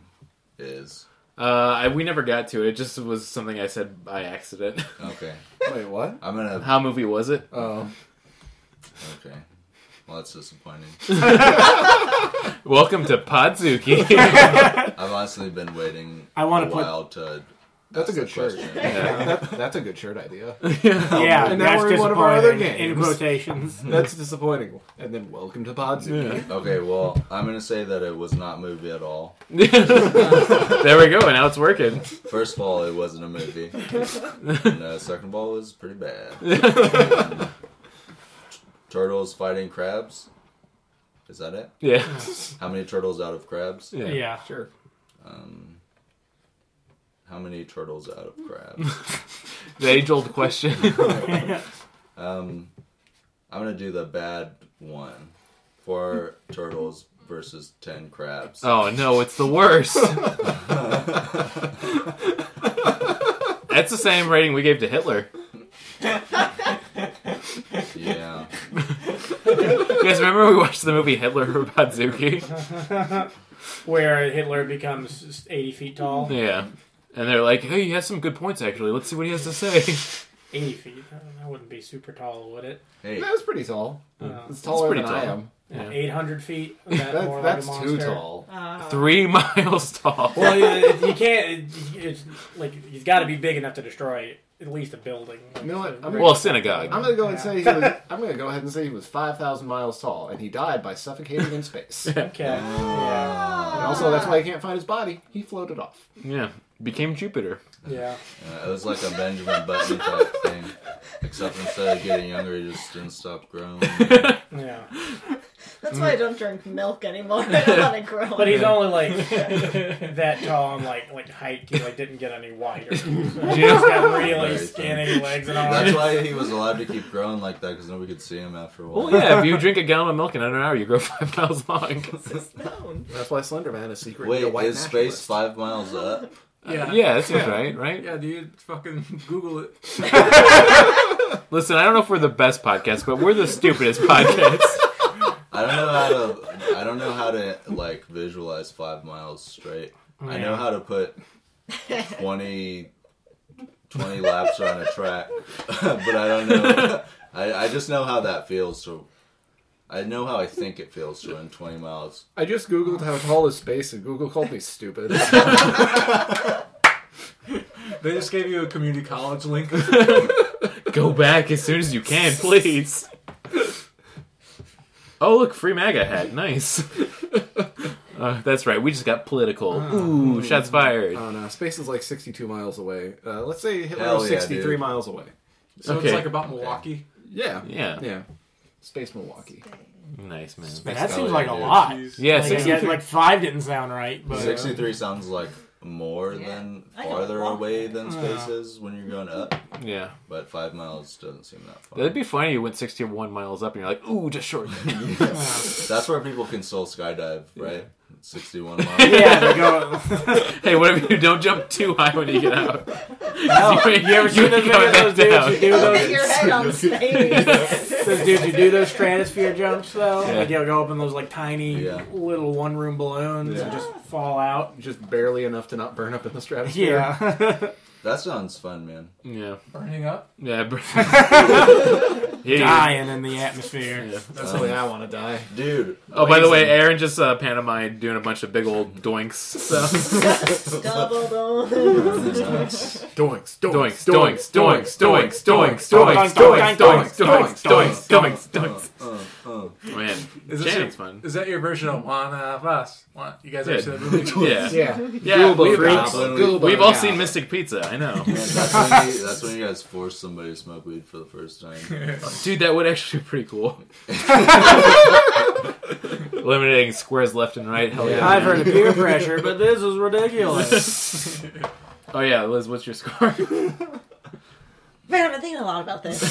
Speaker 6: is.
Speaker 4: Uh, I, we never got to it. It just was something I said by accident.
Speaker 6: Okay.
Speaker 3: Wait, what?
Speaker 6: I'm gonna.
Speaker 4: How movie was it?
Speaker 3: Oh.
Speaker 6: Okay. Well, that's disappointing.
Speaker 4: Welcome to Podzuki.
Speaker 6: I've honestly been waiting.
Speaker 5: I wanna
Speaker 6: a
Speaker 5: put-
Speaker 6: while to.
Speaker 3: That's a
Speaker 6: ask
Speaker 3: good
Speaker 6: the
Speaker 3: shirt.
Speaker 6: question.
Speaker 3: Yeah, that, that's a good shirt idea.
Speaker 5: Yeah,
Speaker 3: and now
Speaker 5: that's
Speaker 3: we're in one of our other
Speaker 5: disappointing,
Speaker 3: games.
Speaker 5: in quotations.
Speaker 3: That's disappointing. And then welcome to Podzuki.
Speaker 6: Okay, well, I'm gonna say that it was not a movie at all.
Speaker 4: there we go, and now it's working.
Speaker 6: First of all, it wasn't a movie. And, uh, second of all, it was pretty bad. And turtles fighting crabs. Is that it?
Speaker 4: Yeah.
Speaker 6: How many turtles out of crabs?
Speaker 4: Yeah.
Speaker 5: Yeah.
Speaker 3: Sure.
Speaker 6: Um, how many turtles out of crabs?
Speaker 4: The age old question.
Speaker 6: Um, I'm gonna do the bad one. Four turtles versus ten crabs.
Speaker 4: Oh no, it's the worst. That's the same rating we gave to Hitler.
Speaker 6: Yeah.
Speaker 4: You guys remember we watched the movie Hitler for Badzuki?
Speaker 5: Where Hitler becomes eighty feet tall.
Speaker 4: Yeah. And they're like, hey, he has some good points actually. Let's see what he has to say.
Speaker 5: Eighty feet. I don't know, That wouldn't be super tall, would it?
Speaker 6: Hey,
Speaker 3: That was pretty tall.
Speaker 5: Uh,
Speaker 3: It's taller
Speaker 4: pretty
Speaker 3: than I
Speaker 4: tall.
Speaker 3: am.
Speaker 4: Yeah.
Speaker 5: Eight hundred feet. Is that more
Speaker 3: That, that's
Speaker 5: like a
Speaker 3: too
Speaker 5: monster?
Speaker 3: tall.
Speaker 7: Uh,
Speaker 4: Three miles tall.
Speaker 5: Well, it- it- you can't. It, it's like he's got to be big enough to destroy at least a building.
Speaker 3: You know what? I'm
Speaker 4: Well, synagogue.
Speaker 3: I'm gonna go and say he was, I'm gonna go ahead and say he was five thousand miles tall, and he died by suffocating in space. and
Speaker 5: Okay. Yeah.
Speaker 3: also, that's why he can't find his body. He floated off.
Speaker 4: Yeah. Became Jupiter.
Speaker 5: Yeah.
Speaker 6: uh, it was like a Benjamin Button type thing, except instead of getting younger, he just didn't stop growing.
Speaker 5: Yeah.
Speaker 7: that's
Speaker 6: Mm.
Speaker 7: why I don't drink milk anymore. I don't want to grow.
Speaker 5: But he's only like that tall and like like height. He like didn't get any wider. So he's got really
Speaker 6: Very
Speaker 5: skinny legs and all
Speaker 6: That's
Speaker 5: that.
Speaker 6: why he was allowed to keep growing like that because nobody could see him after a while.
Speaker 4: Well, yeah, if you drink a gallon of milk in under an hour, you grow five miles long.
Speaker 7: It's known.
Speaker 3: That's why Slender Man is secret.
Speaker 6: Wait,
Speaker 3: a white
Speaker 6: is space
Speaker 3: nationalist.
Speaker 6: five miles up?
Speaker 11: Yeah.
Speaker 4: Yeah, that seems right, right?
Speaker 11: Yeah, dude, fucking Google it.
Speaker 4: Listen, I don't know if we're the best podcast, but we're the stupidest podcast.
Speaker 6: I don't know how to. I don't know how to like visualize five miles straight. I know how to put 20, 20 laps on a track, but I don't know. I, I just know how that feels to. I know how I think it feels to run twenty miles.
Speaker 3: I just googled how tall is space, and Google called me stupid.
Speaker 11: They just gave you a community college link.
Speaker 4: Go back as soon as you can, please. Oh, look, free MAGA hat. Nice. Uh, that's right. We just got political. Ooh, mm-hmm. Uh, shots fired.
Speaker 3: oh no, space is like sixty-two miles away. Uh, let's say Hitler
Speaker 6: Hell
Speaker 3: was
Speaker 6: yeah,
Speaker 3: sixty-three
Speaker 6: dude.
Speaker 3: miles away.
Speaker 11: So
Speaker 4: Okay.
Speaker 11: it's like about Milwaukee.
Speaker 3: Yeah,
Speaker 4: Yeah.
Speaker 3: yeah. Space Milwaukee.
Speaker 4: Nice, man.
Speaker 5: Man, that seems
Speaker 6: Oh,
Speaker 5: like a
Speaker 6: yeah, dude.
Speaker 5: lot.
Speaker 4: Yeah,
Speaker 5: Like, I get,
Speaker 4: 63.
Speaker 5: like five didn't sound right, but
Speaker 6: Sixty-three sounds like more than
Speaker 7: I don't
Speaker 6: farther
Speaker 7: want
Speaker 6: away than space is when you're going up,
Speaker 4: Yeah.
Speaker 6: but five miles doesn't seem that far.
Speaker 4: That'd be funny. You went 61 miles up and you're like, ooh, just short.
Speaker 6: That's where people can soul skydive, right? Sixty-one miles.
Speaker 5: yeah, they go.
Speaker 4: hey, what if you don't jump too high when you get out? you, you
Speaker 5: You ever seen those
Speaker 4: go
Speaker 5: videos? Those
Speaker 4: back down.
Speaker 5: dudes who do
Speaker 7: Hit
Speaker 5: those,
Speaker 7: your head on space.
Speaker 5: those dudes who do those stratosphere jumps though.
Speaker 4: Yeah.
Speaker 5: Like you'll go up in those like tiny
Speaker 6: Yeah.
Speaker 5: little one room balloons and just fall out.
Speaker 3: Just barely enough to not burn up in the stratosphere.
Speaker 5: Yeah.
Speaker 6: That sounds fun, man.
Speaker 4: Yeah.
Speaker 11: Burning up.
Speaker 4: Yeah. br- Yeah.
Speaker 5: Dying in the atmosphere.
Speaker 4: Yeah.
Speaker 3: That's the way I want to die.
Speaker 6: Dude.
Speaker 4: Oh, by the way,
Speaker 6: blazing.
Speaker 4: Aaron just uh, pantomimed doing a bunch of big old doinks. So.
Speaker 7: Double done.
Speaker 6: uh,
Speaker 3: Doinks, doinks,
Speaker 4: doinks, doinks, doinks, doinks, doinks, doinks, doinks, doinks, doinks, doinks, Doinks, doinks, doinks.
Speaker 6: Uh, uh.
Speaker 4: Man,
Speaker 11: Is this
Speaker 4: Shannon's
Speaker 11: your,
Speaker 4: fun.
Speaker 11: Is that your version of One of Us? One, you guys ever
Speaker 4: Yeah.
Speaker 11: see that movie?
Speaker 4: Yeah.
Speaker 3: Yeah.
Speaker 4: Yeah, we've,
Speaker 6: Goblin.
Speaker 4: we've all seen Mystic Pizza. I know,
Speaker 6: Man, that's, when you, that's when you guys force somebody to smoke weed for the first time.
Speaker 4: dude. That would actually be pretty cool. Eliminating squares left and right. Hell yeah!
Speaker 5: I've heard of peer pressure, but this is ridiculous.
Speaker 4: Oh yeah, Liz, what's your score?
Speaker 7: Man, I've been thinking a lot about this.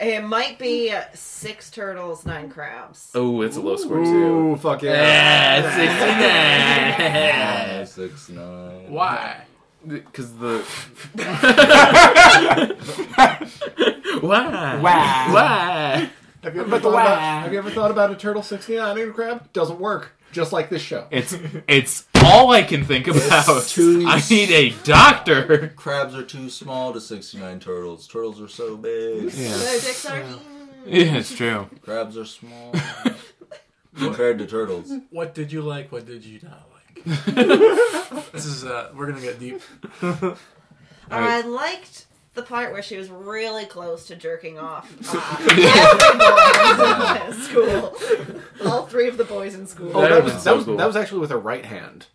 Speaker 7: it might be uh, six turtles, nine crabs.
Speaker 4: oh, it's a low score too.
Speaker 3: Ooh, fuck yeah.
Speaker 4: Yeah,
Speaker 6: Five, six, nine.
Speaker 11: Why?
Speaker 4: Because the why
Speaker 5: Why?
Speaker 4: why
Speaker 3: Have you, ever
Speaker 5: But
Speaker 3: thought
Speaker 5: why?
Speaker 3: about, have you ever thought about a turtle 69 and a crab? Doesn't work. Just like this show.
Speaker 4: it's it's all I can think about.
Speaker 6: too-
Speaker 4: I need a doctor.
Speaker 6: Crabs are too small to 69 turtles. Turtles are so big.
Speaker 7: Their dicks are.
Speaker 4: Yeah, it's true.
Speaker 6: Crabs are small compared to turtles.
Speaker 11: What did you like? What did you not like? this is uh, we're gonna get deep.
Speaker 7: Or I liked the part where she was really close to jerking off. Uh, every boy in school. All three of the boys in school.
Speaker 3: Oh,
Speaker 4: That
Speaker 3: that
Speaker 4: would've
Speaker 3: was
Speaker 4: been
Speaker 3: that
Speaker 4: so
Speaker 3: was,
Speaker 4: cool.
Speaker 3: that was actually with her right hand,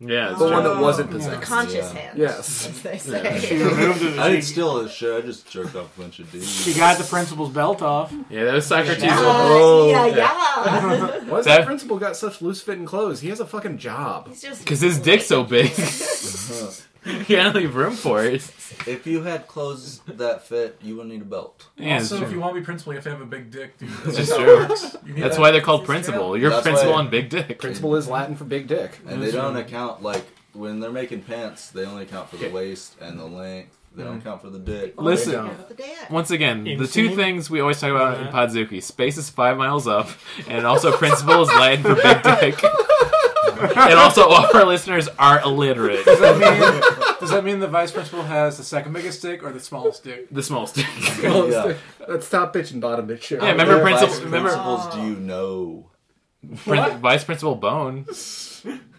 Speaker 4: Yeah, it's
Speaker 3: the one
Speaker 4: true.
Speaker 3: that wasn't
Speaker 7: the
Speaker 3: possessed.
Speaker 7: conscious
Speaker 6: Yeah.
Speaker 7: hand.
Speaker 3: Yes.
Speaker 7: As they say. Uh,
Speaker 6: I didn't steal this shit. I just jerked off a bunch of dudes.
Speaker 5: She got the principal's belt off.
Speaker 4: Yeah, that was Socrates.
Speaker 7: Uh,
Speaker 4: Oh.
Speaker 7: yeah, yeah.
Speaker 3: Why does
Speaker 4: That-
Speaker 3: that principal got such loose fitting clothes? He has a fucking job.
Speaker 7: He's just
Speaker 4: Because his dick's so big. you can't leave room for it.
Speaker 6: If you had clothes that fit, you wouldn't need a belt.
Speaker 4: Yeah, it's
Speaker 11: also, if you
Speaker 4: true.
Speaker 11: want to be principal, you have to have a big dick, dude.
Speaker 4: It's
Speaker 11: just how it
Speaker 4: true.
Speaker 11: works. You need
Speaker 4: That's
Speaker 11: that.
Speaker 4: why they're called principal. You're
Speaker 6: That's
Speaker 4: principal
Speaker 6: why-
Speaker 4: on big dick.
Speaker 3: Principal is Latin for big dick.
Speaker 6: And they don't account like when they're making pants, they only account for the waist and the length. They
Speaker 3: Mm-hmm.
Speaker 6: don't count for the dick. They
Speaker 4: Listen.
Speaker 6: don't-
Speaker 7: the dick.
Speaker 4: Once again, the
Speaker 5: Insane.
Speaker 4: two things we always talk about in Podzuki space is five miles up, and also principal is Latin for big dick. and also, all of our listeners are illiterate.
Speaker 11: Does that, mean, does that mean the vice principal has the second biggest dick or the smallest dick?
Speaker 4: The smallest dick. yeah,
Speaker 3: Well,
Speaker 6: Yeah.
Speaker 3: That's top bitch and bottom bitch shit.
Speaker 4: remember
Speaker 6: What
Speaker 4: principal.
Speaker 6: vice
Speaker 4: Remember
Speaker 6: principals do you know?
Speaker 4: prin- vice principal Bone.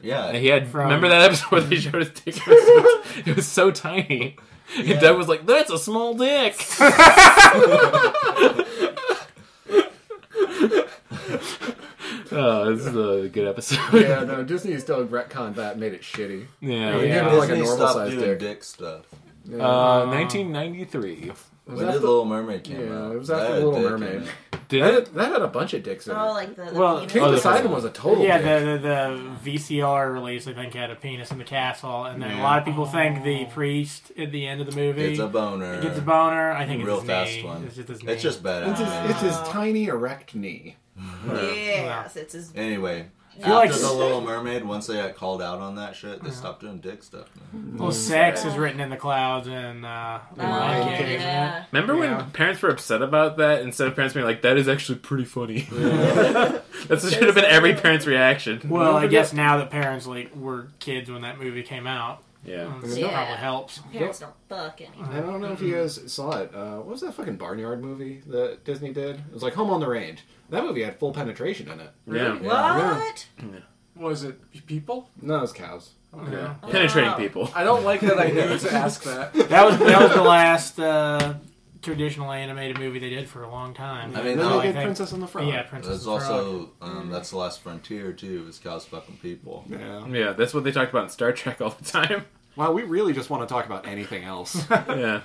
Speaker 6: Yeah.
Speaker 4: He had.
Speaker 5: From-
Speaker 4: Remember that episode where they showed his dick? It was, it was so tiny. And Doug was like, "That's a small dick." oh, this is a good episode.
Speaker 3: yeah, no, Disney's dog retconned that made it shitty.
Speaker 4: Yeah.
Speaker 3: Yeah.
Speaker 6: Disney
Speaker 3: Like a normal
Speaker 6: stopped
Speaker 3: sized
Speaker 6: doing
Speaker 3: dick.
Speaker 6: dick, stuff.
Speaker 4: Uh,
Speaker 5: Um,
Speaker 4: 1993.
Speaker 3: Was
Speaker 6: when
Speaker 3: that
Speaker 6: did
Speaker 3: the-
Speaker 6: Little Mermaid came
Speaker 3: Yeah,
Speaker 6: out?
Speaker 3: it was after
Speaker 6: That
Speaker 3: Little
Speaker 6: dick
Speaker 3: Mermaid.
Speaker 6: came out.
Speaker 4: Did
Speaker 3: that,
Speaker 4: it?
Speaker 3: that had a bunch of dicks in
Speaker 7: Oh,
Speaker 3: it.
Speaker 7: like the, the
Speaker 5: Well,
Speaker 7: penis.
Speaker 3: King
Speaker 4: Oh, the
Speaker 3: Poseidon
Speaker 4: first
Speaker 3: was a total
Speaker 5: Yeah,
Speaker 3: dick.
Speaker 5: the, the, the VCR release, I think, had a penis in the castle, and then a lot of people think the
Speaker 7: Oh.
Speaker 5: priest at the end of the movie
Speaker 6: It's a boner.
Speaker 5: gets a boner. I think
Speaker 6: Real
Speaker 5: it's his
Speaker 6: fast
Speaker 5: knee.
Speaker 6: one.
Speaker 5: It's just his knee.
Speaker 6: It's just badass.
Speaker 3: It's his
Speaker 5: Oh.
Speaker 3: tiny erect knee.
Speaker 7: Yes, it's his.
Speaker 6: Anyway, after
Speaker 5: feel like-
Speaker 6: the Little Mermaid, once they got called out on that shit,
Speaker 3: Uh-huh.
Speaker 6: they stopped doing dick stuff. man.
Speaker 5: Well, sex is written in the clouds, and uh, the Lion King, isn't it?
Speaker 7: Oh, yeah.
Speaker 4: Remember
Speaker 3: Yeah.
Speaker 4: when parents were upset about that? Instead of parents being like, "That is actually pretty funny." that should have been every parent's reaction.
Speaker 5: Well, I guess now that parents like were kids when that movie came out,
Speaker 4: Yeah.
Speaker 5: it
Speaker 7: Yeah.
Speaker 5: probably helps.
Speaker 7: Parents don't fuck anymore.
Speaker 3: I don't know if you guys saw it. Uh, what was that fucking barnyard movie that Disney did? It was like Home on the Range. That movie had full penetration in it.
Speaker 4: Yeah.
Speaker 7: What?
Speaker 11: Was it people?
Speaker 3: No, it was cows.
Speaker 4: Yeah. Penetrating people.
Speaker 11: I don't like that I knew to ask that.
Speaker 5: That was that was the last uh, traditional animated movie they did for a long time.
Speaker 6: I mean,
Speaker 3: And then
Speaker 6: no,
Speaker 3: they
Speaker 6: I
Speaker 3: did
Speaker 5: think-
Speaker 3: Princess and the Frog.
Speaker 5: yeah, Princess
Speaker 6: That's
Speaker 5: and the Frog.
Speaker 6: also um, that's the last frontier too. Is cows fucking people?
Speaker 3: Yeah.
Speaker 4: Yeah, that's what they talked about in Star Trek all the time.
Speaker 3: Wow, we really just want to talk about anything else.
Speaker 4: Yeah.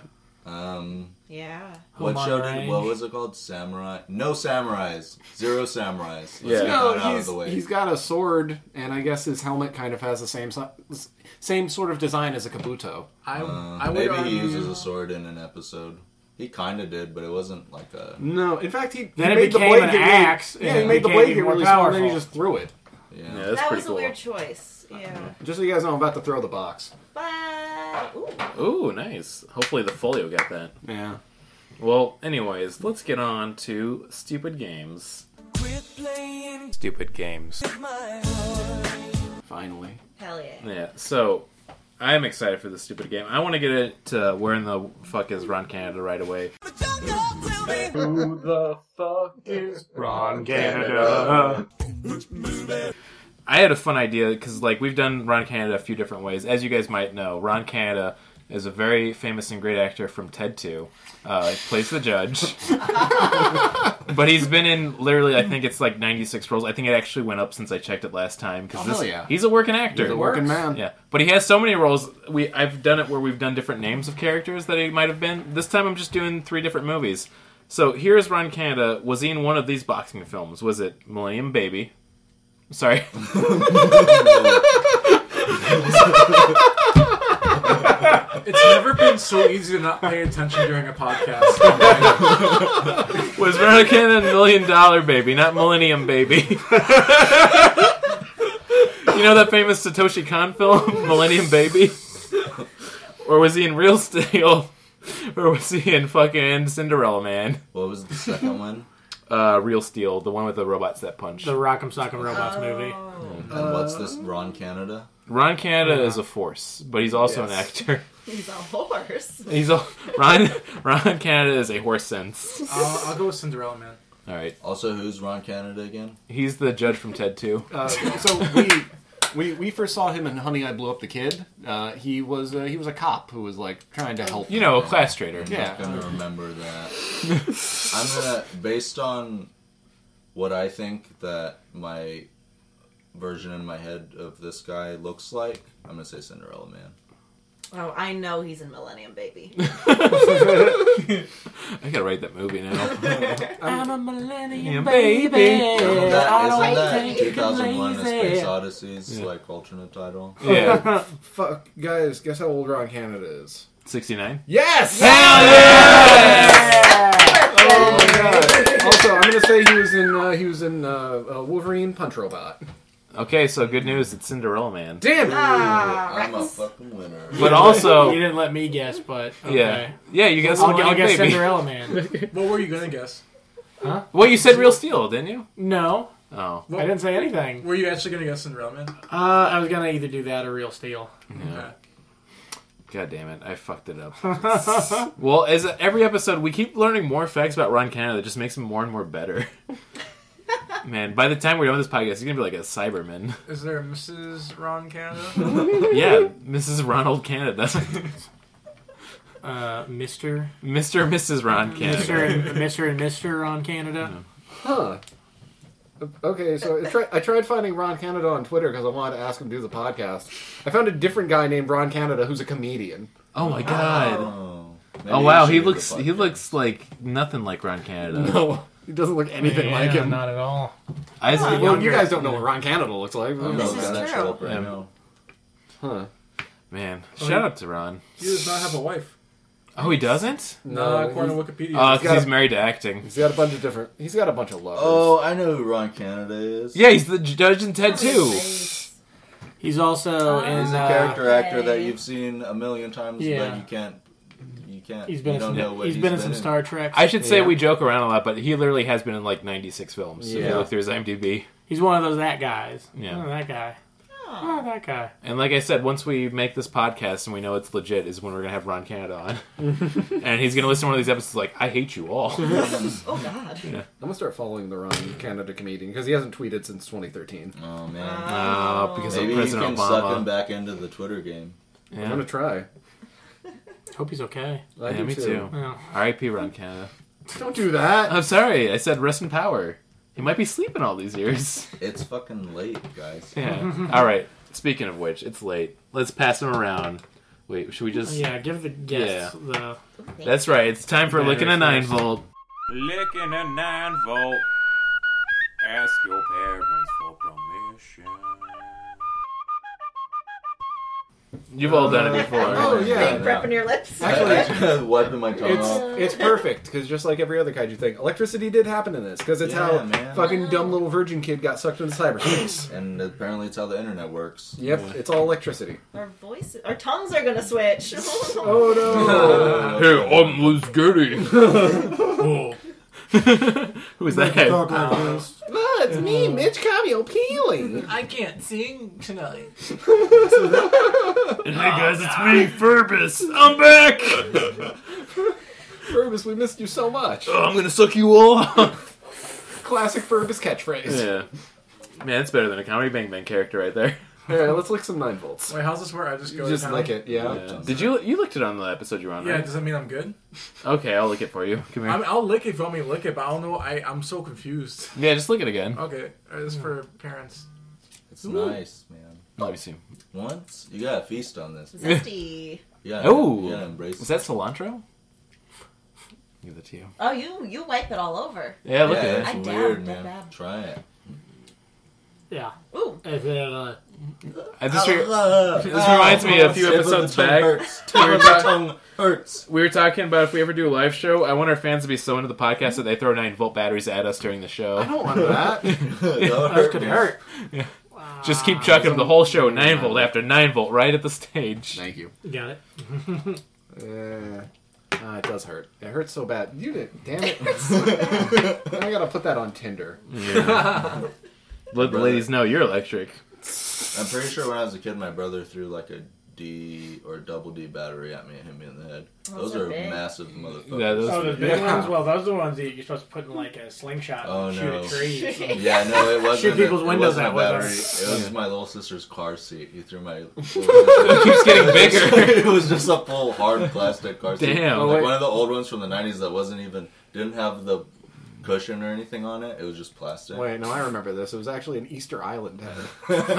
Speaker 6: Um,
Speaker 7: Yeah.
Speaker 5: Home
Speaker 6: what
Speaker 5: on
Speaker 6: show
Speaker 5: the
Speaker 6: did?
Speaker 5: Range.
Speaker 6: What was it called? Samurai? No samurais. Zero samurais. Let's
Speaker 4: Yeah.
Speaker 6: get
Speaker 3: no,
Speaker 6: that out of
Speaker 3: he's,
Speaker 6: the way.
Speaker 3: he's got a sword, and I guess his helmet kind of has the same si- same sort of design as a Kabuto.
Speaker 11: I,
Speaker 6: Uh,
Speaker 11: I would
Speaker 6: maybe
Speaker 11: argue,
Speaker 6: he uses a sword in an episode. He kind of did, but it wasn't like a
Speaker 3: No, in fact, he
Speaker 5: Then
Speaker 3: he
Speaker 5: it
Speaker 3: made the
Speaker 5: became
Speaker 3: blade
Speaker 5: an
Speaker 3: get
Speaker 5: axe,
Speaker 3: Really, yeah,
Speaker 5: and
Speaker 3: he
Speaker 5: it
Speaker 3: made the
Speaker 5: became
Speaker 3: blade get
Speaker 5: even more
Speaker 3: really small, and then he
Speaker 5: powerful.
Speaker 3: just threw it.
Speaker 6: yeah.
Speaker 4: Yeah, that's
Speaker 7: that
Speaker 4: pretty
Speaker 7: was a
Speaker 4: cool.
Speaker 7: weird choice. Yeah.
Speaker 3: Just so you guys know, I'm about to throw the box.
Speaker 7: But ooh,
Speaker 4: Ooh, nice. Hopefully the folio got that.
Speaker 3: Yeah.
Speaker 4: Well, anyways, let's get on to stupid games.
Speaker 10: Stupid games.
Speaker 3: Finally.
Speaker 7: hell yeah.
Speaker 4: Yeah. So, I'm excited for this stupid game. I want to get it to where in the fuck is Ron Canada right away. Who the fuck is Ron Canada? I had a fun idea because, like, we've done Ron Canada a few different ways. As you guys might know, Ron Canada is a very famous and great actor from Ted 2. Uh, he plays the judge. but he's been in literally, I think it's like 96 roles. I think it actually went up since I checked it last time. Cause
Speaker 3: Oh, hell
Speaker 4: this-
Speaker 3: yeah.
Speaker 4: He's a working actor.
Speaker 3: He's a working man.
Speaker 4: Yeah, but he has so many roles. We I've done it where we've done different names of characters that he might have been. This time I'm just doing three different movies. So here's Ron Canada. Was he in one of these boxing films? Was it Millennium Baby? Sorry,
Speaker 11: It's never been so easy to not pay attention during a podcast.
Speaker 4: was Ron Canada in Million Dollar Baby, not Millennium Baby? you know that famous Satoshi Kon film, Millennium Baby? Or was he in Real Steel? Or was he in fucking Cinderella Man?
Speaker 6: What was the second one?
Speaker 4: Uh, Real Steel, the one with the robots that punch.
Speaker 5: The Rock'em Sock'em Robots movie.
Speaker 7: Hmm.
Speaker 6: And what's this? Ron Canada.
Speaker 4: Ron Canada is a force, but he's also an
Speaker 6: Yes.
Speaker 4: actor.
Speaker 7: He's a horse.
Speaker 4: He's a Ron. Ron Canada is a horse sense.
Speaker 11: I'll, I'll go with Cinderella Man.
Speaker 4: All right,
Speaker 6: Also, who's Ron Canada again?
Speaker 4: he's the judge from Ted Two.
Speaker 3: Uh, so we, we we first saw him in Honey I Blew Up the Kid. Uh, he was uh, he was a cop who was like trying to help.
Speaker 4: You know, a class traitor.
Speaker 3: Yeah.
Speaker 6: I'm gonna remember that. I'm gonna, based on what I think that my version in my head of this guy looks like, I'm gonna say Cinderella Man.
Speaker 7: Oh, I know he's in Millennium Baby.
Speaker 4: I gotta write that movie now.
Speaker 5: I'm a millennium
Speaker 4: baby.
Speaker 6: Isn't that,
Speaker 5: don't
Speaker 6: isn't that
Speaker 5: think
Speaker 6: 2001: A
Speaker 5: lazy.
Speaker 6: Space Odyssey's like alternate title?
Speaker 4: yeah,
Speaker 3: Fuck, guys, guess how old Ron Canada is?
Speaker 4: sixty nine.
Speaker 3: Yes.
Speaker 7: Perfect.
Speaker 3: Oh also, I'm gonna say he was in uh, he was in uh, uh, Wolverine Punch Robot.
Speaker 4: Okay, so good news. It's Cinderella Man.
Speaker 3: Damn.
Speaker 7: Ah,
Speaker 6: I'm a
Speaker 7: Rex.
Speaker 6: fucking winner.
Speaker 4: But
Speaker 5: you
Speaker 4: also,
Speaker 5: didn't let me guess, but okay.
Speaker 4: yeah, yeah, you guess
Speaker 5: I'll, I'll
Speaker 4: Millennium
Speaker 5: guess
Speaker 4: Baby.
Speaker 5: Cinderella Man.
Speaker 11: What were you gonna guess?
Speaker 4: Well, you said Real Steel, didn't you?
Speaker 5: No,
Speaker 4: Oh,
Speaker 5: I didn't say anything.
Speaker 11: Were you actually gonna guess Cinderella Man?
Speaker 5: Uh, I was gonna either do that or Real Steel.
Speaker 11: Okay.
Speaker 4: god damn it! I fucked it up.
Speaker 5: Uh,
Speaker 4: well, as every episode, we keep learning more facts about Ron Canada that just makes him more and more better. Man, by the time we're done with this podcast, he's gonna be like a Cyberman.
Speaker 11: Is there a Mrs. Ron Canada?
Speaker 4: Yeah, Mrs. Ronald Canada.
Speaker 5: Uh, Mister,
Speaker 4: Mr. and Mrs. Ron
Speaker 5: Mister,
Speaker 4: Canada.
Speaker 5: and Mister and Mister on Canada.
Speaker 3: Huh. Okay, so I tried, I tried finding Ron Canada on Twitter because I wanted to ask him to do the podcast. I found a different guy named Ron Canada who's a comedian.
Speaker 4: Oh my god.
Speaker 6: Oh,
Speaker 4: Oh wow, he looks he looks like nothing like Ron Canada.
Speaker 3: No, he doesn't look anything like him.
Speaker 5: Not at all.
Speaker 4: Isaac,
Speaker 3: well, you guys don't know what Ron Canada looks like.
Speaker 7: This is true.
Speaker 4: Yeah.
Speaker 6: Right now.
Speaker 3: Huh.
Speaker 4: man, shout out to Ron.
Speaker 11: He does not have a wife.
Speaker 4: Oh, he doesn't?
Speaker 11: No,
Speaker 3: No,
Speaker 11: according to Wikipedia.
Speaker 4: Oh,
Speaker 10: uh,
Speaker 4: 'cause
Speaker 3: got
Speaker 4: he's
Speaker 3: a-
Speaker 4: married to acting.
Speaker 3: He's got a bunch of different. He's got a bunch of lovers.
Speaker 6: Oh, I know who Ron Canada is.
Speaker 4: Yeah, he's the judge in Ted
Speaker 5: Oh,
Speaker 4: too.
Speaker 5: He's also in.
Speaker 6: Oh, He's a
Speaker 5: uh,
Speaker 6: character actor that
Speaker 7: okay.
Speaker 6: you've seen a million times,
Speaker 5: Yeah.
Speaker 6: but you can't. You can't.
Speaker 5: He's been
Speaker 6: you
Speaker 5: in some.
Speaker 6: don't know what
Speaker 5: he's been in some Star Trek.
Speaker 4: I should say
Speaker 3: Yeah.
Speaker 4: we joke around a lot, but he literally has been in like 96 films. If you
Speaker 3: Yeah.
Speaker 4: look through his IMDb.
Speaker 5: He's one of those that guys.
Speaker 4: Yeah.
Speaker 5: Oh, that guy.
Speaker 7: Oh,
Speaker 5: Oh, that guy.
Speaker 4: And like I said, once we make this podcast and we know it's legit, is when we're gonna have Ron Canada on, and he's gonna listen to one of these episodes like, "I hate you all."
Speaker 7: oh God.
Speaker 3: I'm gonna start following the Ron Canada comedian because he hasn't tweeted since 2013.
Speaker 6: Oh man.
Speaker 4: Uh, because
Speaker 6: Maybe
Speaker 4: of
Speaker 6: you can
Speaker 4: President
Speaker 6: suck him
Speaker 4: Obama.
Speaker 6: back into the Twitter game.
Speaker 3: I'm
Speaker 4: Yeah.
Speaker 3: gonna try.
Speaker 5: Hope he's okay.
Speaker 3: I
Speaker 4: Yeah,
Speaker 3: do
Speaker 4: me too.
Speaker 5: Well,
Speaker 4: R.I.P. Ron Canada.
Speaker 3: Don't do that.
Speaker 4: I'm sorry, I said rest in power. He might be sleeping all these years.
Speaker 6: It's fucking late, guys.
Speaker 4: Yeah. all right. Speaking of which, it's late. Let's pass him around. Wait, should we just?
Speaker 5: yeah. Give the guests the.
Speaker 4: That's right. It's time for licking a nine
Speaker 5: first.
Speaker 4: volt. Licking a nine volt. Ask your parents for permission. You've all done it
Speaker 3: Oh
Speaker 4: before.
Speaker 3: yeah.
Speaker 7: prepping your lips.
Speaker 3: Actually-
Speaker 6: wiping my tongue off.
Speaker 3: It's it's perfect because just like every other kaiju thing, electricity did happen in this because it's
Speaker 6: Yeah,
Speaker 3: how
Speaker 6: man.
Speaker 3: fucking dumb little virgin kid got sucked into cyberspace.
Speaker 6: And apparently, it's how the internet works.
Speaker 3: yep, it's all electricity.
Speaker 7: Our voices, our tongues are gonna switch.
Speaker 3: Oh no!
Speaker 10: Uh,
Speaker 4: Hey, I'm Liz Oh. Goody. Who is that?
Speaker 11: Talk like this.
Speaker 3: it's me, Mitch Cameo Peeling.
Speaker 11: I can't sing tonight.
Speaker 4: Hey guys, it's me, Furbus. I'm back.
Speaker 3: Furbus, we missed you so much.
Speaker 4: I'm gonna suck you all. off.
Speaker 3: Classic Furbus catchphrase.
Speaker 4: yeah. Man, that's better than a comedy Bang Bang character right there.
Speaker 3: All right, let's lick some nine volts.
Speaker 11: Wait, how's this work? I just go
Speaker 3: Just
Speaker 11: to
Speaker 3: lick
Speaker 11: town?
Speaker 3: it, yeah.
Speaker 6: Yeah.
Speaker 4: Did you you licked it on the episode you were on?
Speaker 11: Yeah,
Speaker 4: Right?
Speaker 11: does that mean I'm good?
Speaker 4: Okay, I'll lick it for you. Come here.
Speaker 11: I mean, I'll lick it if you want me to lick it, but I don't know. I, I'm so confused.
Speaker 4: yeah, just lick it again.
Speaker 11: Okay, all right, this is for parents.
Speaker 6: It's nice, man.
Speaker 4: Let me see.
Speaker 6: Once you gotta feast on this.
Speaker 7: Zesty.
Speaker 6: Yeah.
Speaker 4: Oh.
Speaker 6: you gotta embrace.
Speaker 4: Is that cilantro? Give it to you.
Speaker 7: Oh, you you wipe it all over.
Speaker 4: Yeah,
Speaker 6: it.
Speaker 4: look
Speaker 6: yeah,
Speaker 4: at
Speaker 6: it's
Speaker 7: I
Speaker 6: weird,
Speaker 7: dabbed, I
Speaker 6: man.
Speaker 7: dabbed.
Speaker 6: Try it.
Speaker 5: Yeah.
Speaker 7: Ooh,
Speaker 5: If it, uh,
Speaker 4: that. Uh, This, re- this
Speaker 6: this
Speaker 4: reminds me of a few episodes back.
Speaker 6: Hurts. Tip of the tongue hurts.
Speaker 4: We were talking about if we ever do a live show, I want our fans to be so into the podcast that they throw nine volt batteries at us during the
Speaker 3: I
Speaker 4: show.
Speaker 3: don't want that.
Speaker 6: That
Speaker 5: that could
Speaker 6: me.
Speaker 5: hurt.
Speaker 4: Just keep chucking them the whole show, nine volt after nine volt, right at the stage.
Speaker 3: Thank you.
Speaker 5: You got it.
Speaker 3: Uh, ah, it does hurt. It hurts so bad. You did. Damn it. I gotta put that on Tinder.
Speaker 4: Let the ladies know you're electric.
Speaker 6: I'm pretty sure when I was a kid, my brother threw like a D or double D battery at me and hit me in the head.
Speaker 7: Those
Speaker 6: Those
Speaker 7: are
Speaker 6: are
Speaker 7: big.
Speaker 6: massive motherfuckers.
Speaker 4: Yeah, those-
Speaker 5: Oh, the big
Speaker 3: Yeah.
Speaker 5: ones? Well, those are the ones that you're supposed to put in like a slingshot
Speaker 6: Oh,
Speaker 5: and
Speaker 6: no.
Speaker 5: shoot a tree. or something.
Speaker 6: Yeah, no, it wasn't.
Speaker 5: Shoot people's
Speaker 6: it
Speaker 5: windows
Speaker 6: wasn't a
Speaker 5: out with
Speaker 6: battery.
Speaker 5: ours.
Speaker 6: It was my little sister's car seat. He threw my. Little sister-
Speaker 4: Keeps getting bigger.
Speaker 6: it was just a full hard plastic car seat.
Speaker 4: Damn.
Speaker 3: Oh,
Speaker 6: Like
Speaker 3: wait.
Speaker 6: one of the old ones from the '90s that wasn't even didn't have the cushion or anything on it. It was just plastic.
Speaker 3: Wait, no, I remember this. It was actually an Easter Island head.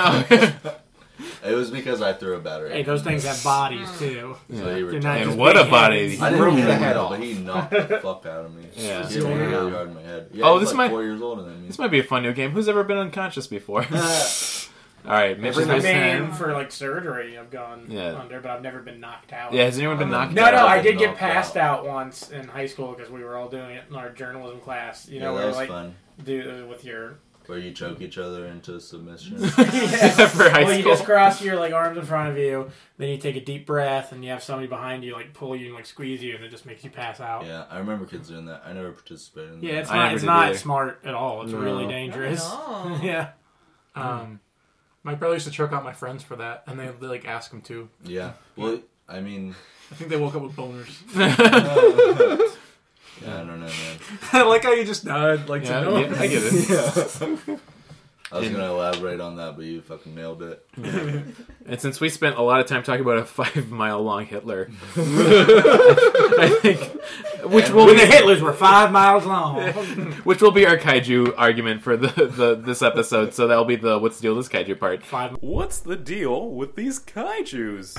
Speaker 6: It was because I threw a battery.
Speaker 5: Hey, those things have bodies too.
Speaker 6: So he
Speaker 5: They're
Speaker 6: returned
Speaker 5: not
Speaker 6: it.
Speaker 5: just
Speaker 4: And what a
Speaker 5: big
Speaker 4: body.
Speaker 5: heads.
Speaker 6: I didn't
Speaker 3: Broke
Speaker 6: hit
Speaker 3: the
Speaker 6: him,
Speaker 3: head
Speaker 6: though,
Speaker 3: off.
Speaker 6: but he knocked the fuck out of me.
Speaker 4: Yeah.
Speaker 6: He hit me
Speaker 3: Damn.
Speaker 6: really hard in my head. Yeah,
Speaker 4: Oh,
Speaker 6: he
Speaker 4: this
Speaker 6: was like
Speaker 4: might-
Speaker 6: four years older than me.
Speaker 4: This might be a fun new game. Who's ever been unconscious before?
Speaker 7: Uh,
Speaker 4: All right, Mitch is
Speaker 5: I've
Speaker 4: raising
Speaker 5: been
Speaker 4: hand.
Speaker 5: for like surgery. I've gone
Speaker 4: Yeah.
Speaker 5: under, but I've never been knocked out.
Speaker 4: Yeah, has
Speaker 7: Um,
Speaker 4: anyone been knocked
Speaker 5: No,
Speaker 4: out?
Speaker 5: no, I
Speaker 6: I've
Speaker 5: did
Speaker 6: been
Speaker 5: get
Speaker 6: knocked
Speaker 5: passed out. once in high school because we were all doing it in our journalism class. You know,
Speaker 6: yeah,
Speaker 5: we
Speaker 6: that
Speaker 5: were
Speaker 6: was
Speaker 5: like
Speaker 6: fun.
Speaker 5: do uh, with your
Speaker 6: Where you choke each other into submission.
Speaker 4: Yeah, for high
Speaker 5: well, you
Speaker 4: school.
Speaker 5: just cross your like arms in front of you, then you take a deep breath, and you have somebody behind you like pull you and like squeeze you, and it just makes you pass out. Yeah,
Speaker 6: yeah, I remember kids doing that. I never participated in
Speaker 5: it's
Speaker 6: that.
Speaker 4: I
Speaker 5: not
Speaker 4: never
Speaker 5: it's
Speaker 4: did
Speaker 5: not
Speaker 4: either.
Speaker 5: smart at all. It's
Speaker 3: No.
Speaker 5: really dangerous.
Speaker 7: no.
Speaker 5: yeah,
Speaker 11: Um, my brother used to choke out my friends for that, and they, they like ask him to.
Speaker 6: Yeah. Well, I mean,
Speaker 11: I think they woke up with boners.
Speaker 6: yeah, I don't know, man.
Speaker 11: I like how you just nodded, like
Speaker 4: Yeah,
Speaker 11: to know.
Speaker 4: I get- I get it.
Speaker 6: I was going to elaborate on that, but you fucking nailed it.
Speaker 4: And since we spent a lot of time talking about a five mile long Hitler, I think which will
Speaker 5: when
Speaker 4: be,
Speaker 5: the Hitlers were five miles long.
Speaker 4: which will be our kaiju argument for the, the this episode. So that'll be the what's the deal with this kaiju part.
Speaker 5: five.
Speaker 10: What's the deal with these kaijus?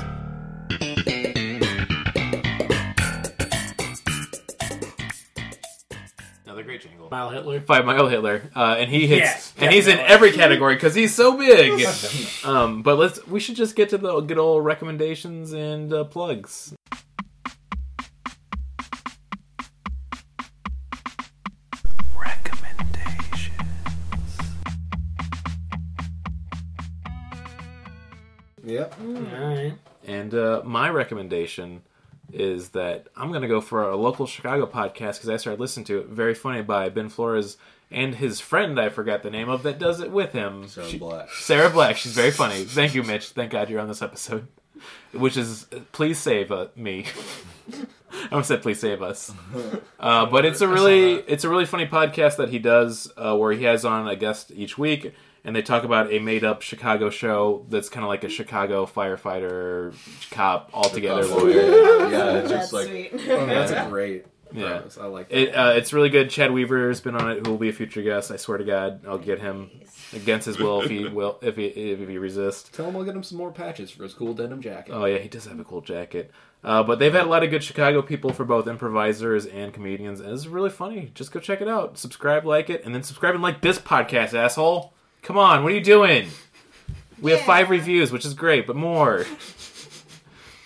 Speaker 4: Another great jingle.
Speaker 5: Mile Hitler.
Speaker 4: Five mile Hitler, uh, and he hits,
Speaker 5: Yes,
Speaker 4: and he's in
Speaker 5: definitely.
Speaker 4: every category because he's so big. um, but let's we should just get to the good old recommendations and uh, plugs.
Speaker 3: yep.
Speaker 4: Mm,
Speaker 5: All right.
Speaker 4: And uh, my recommendation is that I'm going to go for a local Chicago podcast because I started listening to it. Very funny by Ben Flores and his friend, I forgot the name of, that does it with him.
Speaker 6: Sarah
Speaker 4: She-
Speaker 6: Black.
Speaker 4: Sarah Black. She's very funny. Thank you, Mitch. Thank God you're on this episode. Which is, uh, please save uh, me. I almost said, please save us. Uh, but it's a really it's a really funny podcast that he does uh, where he has on a guest each week and they talk about a made up Chicago show that's kind of like a Chicago firefighter cop altogether.
Speaker 6: Oh,
Speaker 4: lawyer.
Speaker 6: yeah, yeah, it's
Speaker 7: That's
Speaker 6: just like.
Speaker 7: sweet.
Speaker 3: Oh, that's a great
Speaker 4: Yeah.
Speaker 3: premise. I like that.
Speaker 4: It, uh, it's really good. Chad Weaver has been on it, who will be a future guest. I swear to God, I'll get him against his will if he will if he if he resists.
Speaker 3: Tell him I'll get him some more patches for his cool denim jacket.
Speaker 4: Oh yeah, he does have a cool jacket. Uh, but they've had a lot of good Chicago people for both improvisers and comedians, and it's really funny. Just go check it out. Subscribe, like it, and then subscribe and like this podcast, asshole. Come on, what are you doing? We have
Speaker 7: Yeah.
Speaker 4: five reviews, which is great, but more.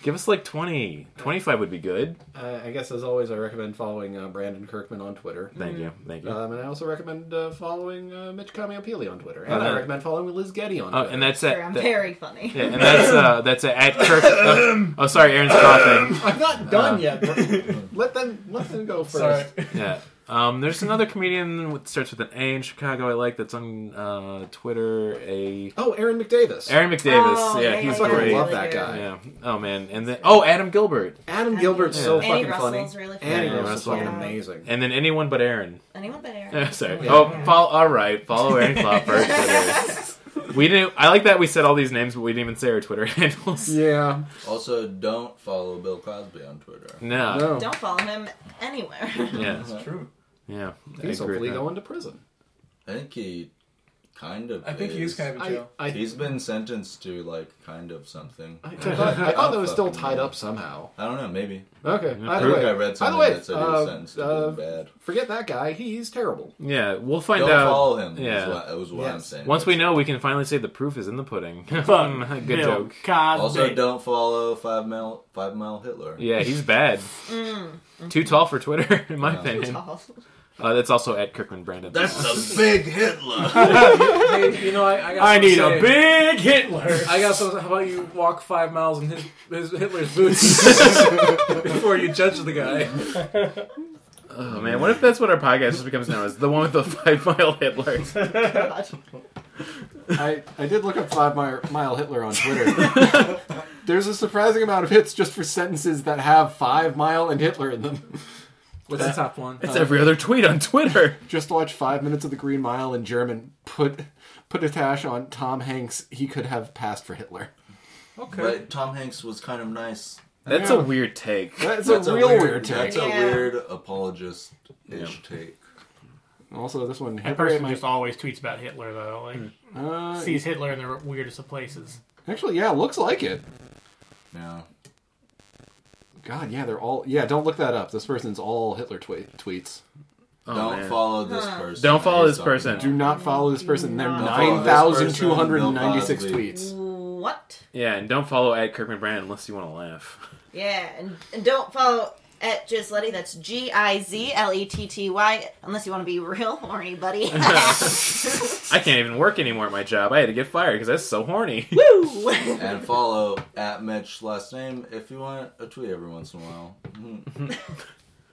Speaker 4: Give us like 20. 25 would be good.
Speaker 3: Uh, I guess as always, I recommend following uh, Brandon Kirkman on Twitter.
Speaker 4: Thank you. Thank you.
Speaker 3: Um, and I also recommend uh, following uh, Mitch Kamiopili on Twitter. And I
Speaker 4: Uh,
Speaker 3: recommend following Liz Getty on
Speaker 4: oh,
Speaker 3: Twitter.
Speaker 4: and that's
Speaker 7: Sure,
Speaker 4: that,
Speaker 7: I'm
Speaker 4: that-
Speaker 7: very funny.
Speaker 4: Yeah, and that's uh, that's a at Kirk. oh, oh, sorry, Aaron's coughing.
Speaker 3: I'm not done yet. but let them let them go first.
Speaker 4: Yeah. Um, there's another comedian that starts with an A in Chicago. I like that's on uh, Twitter. A
Speaker 3: Oh, Aaron McDavis.
Speaker 4: Aaron McDavis.
Speaker 7: Oh,
Speaker 4: yeah,
Speaker 7: yeah,
Speaker 4: he's
Speaker 7: yeah, yeah.
Speaker 4: great.
Speaker 3: Fucking love
Speaker 7: Really
Speaker 3: that
Speaker 7: good.
Speaker 3: guy.
Speaker 4: Yeah. Oh man. And then oh Adam Gilbert.
Speaker 3: Adam Gilbert's so
Speaker 4: Annie
Speaker 3: fucking
Speaker 7: Russell's
Speaker 3: funny.
Speaker 7: really funny.
Speaker 3: Annie
Speaker 4: Yeah,
Speaker 3: Russell's
Speaker 4: Russell.
Speaker 3: fucking
Speaker 7: Yeah.
Speaker 3: amazing.
Speaker 4: And then anyone but Aaron.
Speaker 7: Anyone but Aaron.
Speaker 4: Eh, sorry. Oh, follow. All right. Follow Aaron Klopper. We didn't. I like that we said all these names, but we didn't even say our Twitter handles.
Speaker 3: Yeah.
Speaker 6: Also, don't follow Bill Cosby on Twitter. Uh-huh.
Speaker 4: No.
Speaker 3: No.
Speaker 7: Don't follow him anywhere.
Speaker 4: Yeah.
Speaker 11: True.
Speaker 4: Yeah. I
Speaker 3: He's
Speaker 4: agree with
Speaker 3: hopefully
Speaker 4: that.
Speaker 3: going to prison.
Speaker 6: I think he kind of.
Speaker 11: I think he is kind of in
Speaker 3: I,
Speaker 11: jail.
Speaker 3: I,
Speaker 6: He's been sentenced to like kind of something.
Speaker 3: I thought, I thought that was still tied up somehow.
Speaker 6: I don't know. Maybe.
Speaker 3: Okay.
Speaker 6: I
Speaker 3: Either
Speaker 6: think I
Speaker 3: way,
Speaker 6: read
Speaker 3: either
Speaker 6: something
Speaker 3: way
Speaker 6: that said he was
Speaker 3: uh,
Speaker 6: sentenced to
Speaker 3: uh,
Speaker 6: being bad.
Speaker 3: forget that guy. He's terrible.
Speaker 4: Yeah, we'll find
Speaker 6: Don't
Speaker 4: out.
Speaker 6: follow him.
Speaker 4: yeah.
Speaker 6: Yeah, was what, was what I'm
Speaker 3: Yes.
Speaker 6: saying.
Speaker 4: Once we know, we can finally say the proof is in the pudding. Um, Good
Speaker 5: Fuck Bill
Speaker 4: joke.
Speaker 5: Cosby.
Speaker 6: Also, don't follow Five Mile Five Mile Hitler.
Speaker 4: Yeah, he's bad. Too tall for Twitter, in my opinion.
Speaker 7: Tall.
Speaker 4: Uh, that's also at Kirkman Brandon.
Speaker 6: That's a big Hitler.
Speaker 11: Hey, you know, I, I, got
Speaker 5: I
Speaker 11: something
Speaker 5: need
Speaker 11: to
Speaker 5: a
Speaker 11: say.
Speaker 5: big Hitler.
Speaker 11: I got something. How about you walk five miles in his, his Hitler's boots before you judge the guy?
Speaker 4: oh man, what if that's what our podcast just becomes now? Is the one with the five mile Hitler?
Speaker 7: God.
Speaker 3: I, I did look up Five Mile, Mile Hitler on Twitter. There's a surprising amount of hits just for sentences that have Five Mile and Hitler in them.
Speaker 11: What's the top one?
Speaker 4: It's every other tweet on Twitter.
Speaker 3: Just watch Five Minutes of the Green Mile in German. Put put a tash on Tom Hanks. He could have passed for Hitler.
Speaker 11: Okay.
Speaker 6: but Tom Hanks was kind of nice.
Speaker 4: That's a weird take.
Speaker 3: That's,
Speaker 6: That's
Speaker 3: a real weird, take.
Speaker 6: That's a
Speaker 7: Yeah.
Speaker 6: weird apologist ish take.
Speaker 3: Also, this one.
Speaker 5: That
Speaker 3: Hitler
Speaker 5: person
Speaker 3: might-
Speaker 5: just always tweets about Hitler though. Like
Speaker 3: uh,
Speaker 5: sees Hitler in the weirdest of places.
Speaker 3: actually, yeah, looks like it.
Speaker 6: Yeah.
Speaker 3: God, yeah, they're all. Yeah, don't look that up. This person's all Hitler twe- tweets.
Speaker 4: Oh,
Speaker 6: Don't
Speaker 4: man.
Speaker 6: follow this person.
Speaker 4: Don't follow
Speaker 6: that
Speaker 4: this
Speaker 6: he's talking
Speaker 4: person.
Speaker 6: about.
Speaker 3: Do not follow this person. There are
Speaker 7: Don't
Speaker 6: follow this
Speaker 3: 9,296
Speaker 6: person, Bill Cosby.
Speaker 3: tweets.
Speaker 7: What?
Speaker 4: Yeah, and don't follow at Kirkman Brandon unless you want to laugh.
Speaker 7: Yeah, and, and don't follow at Gizletty. That's G I Z L E T T Y. Unless you want to be real horny, buddy.
Speaker 4: I can't even work anymore at my job. I had to get fired because that's so horny.
Speaker 7: Woo!
Speaker 6: And follow at Mitch last name if you want a tweet every once in a while.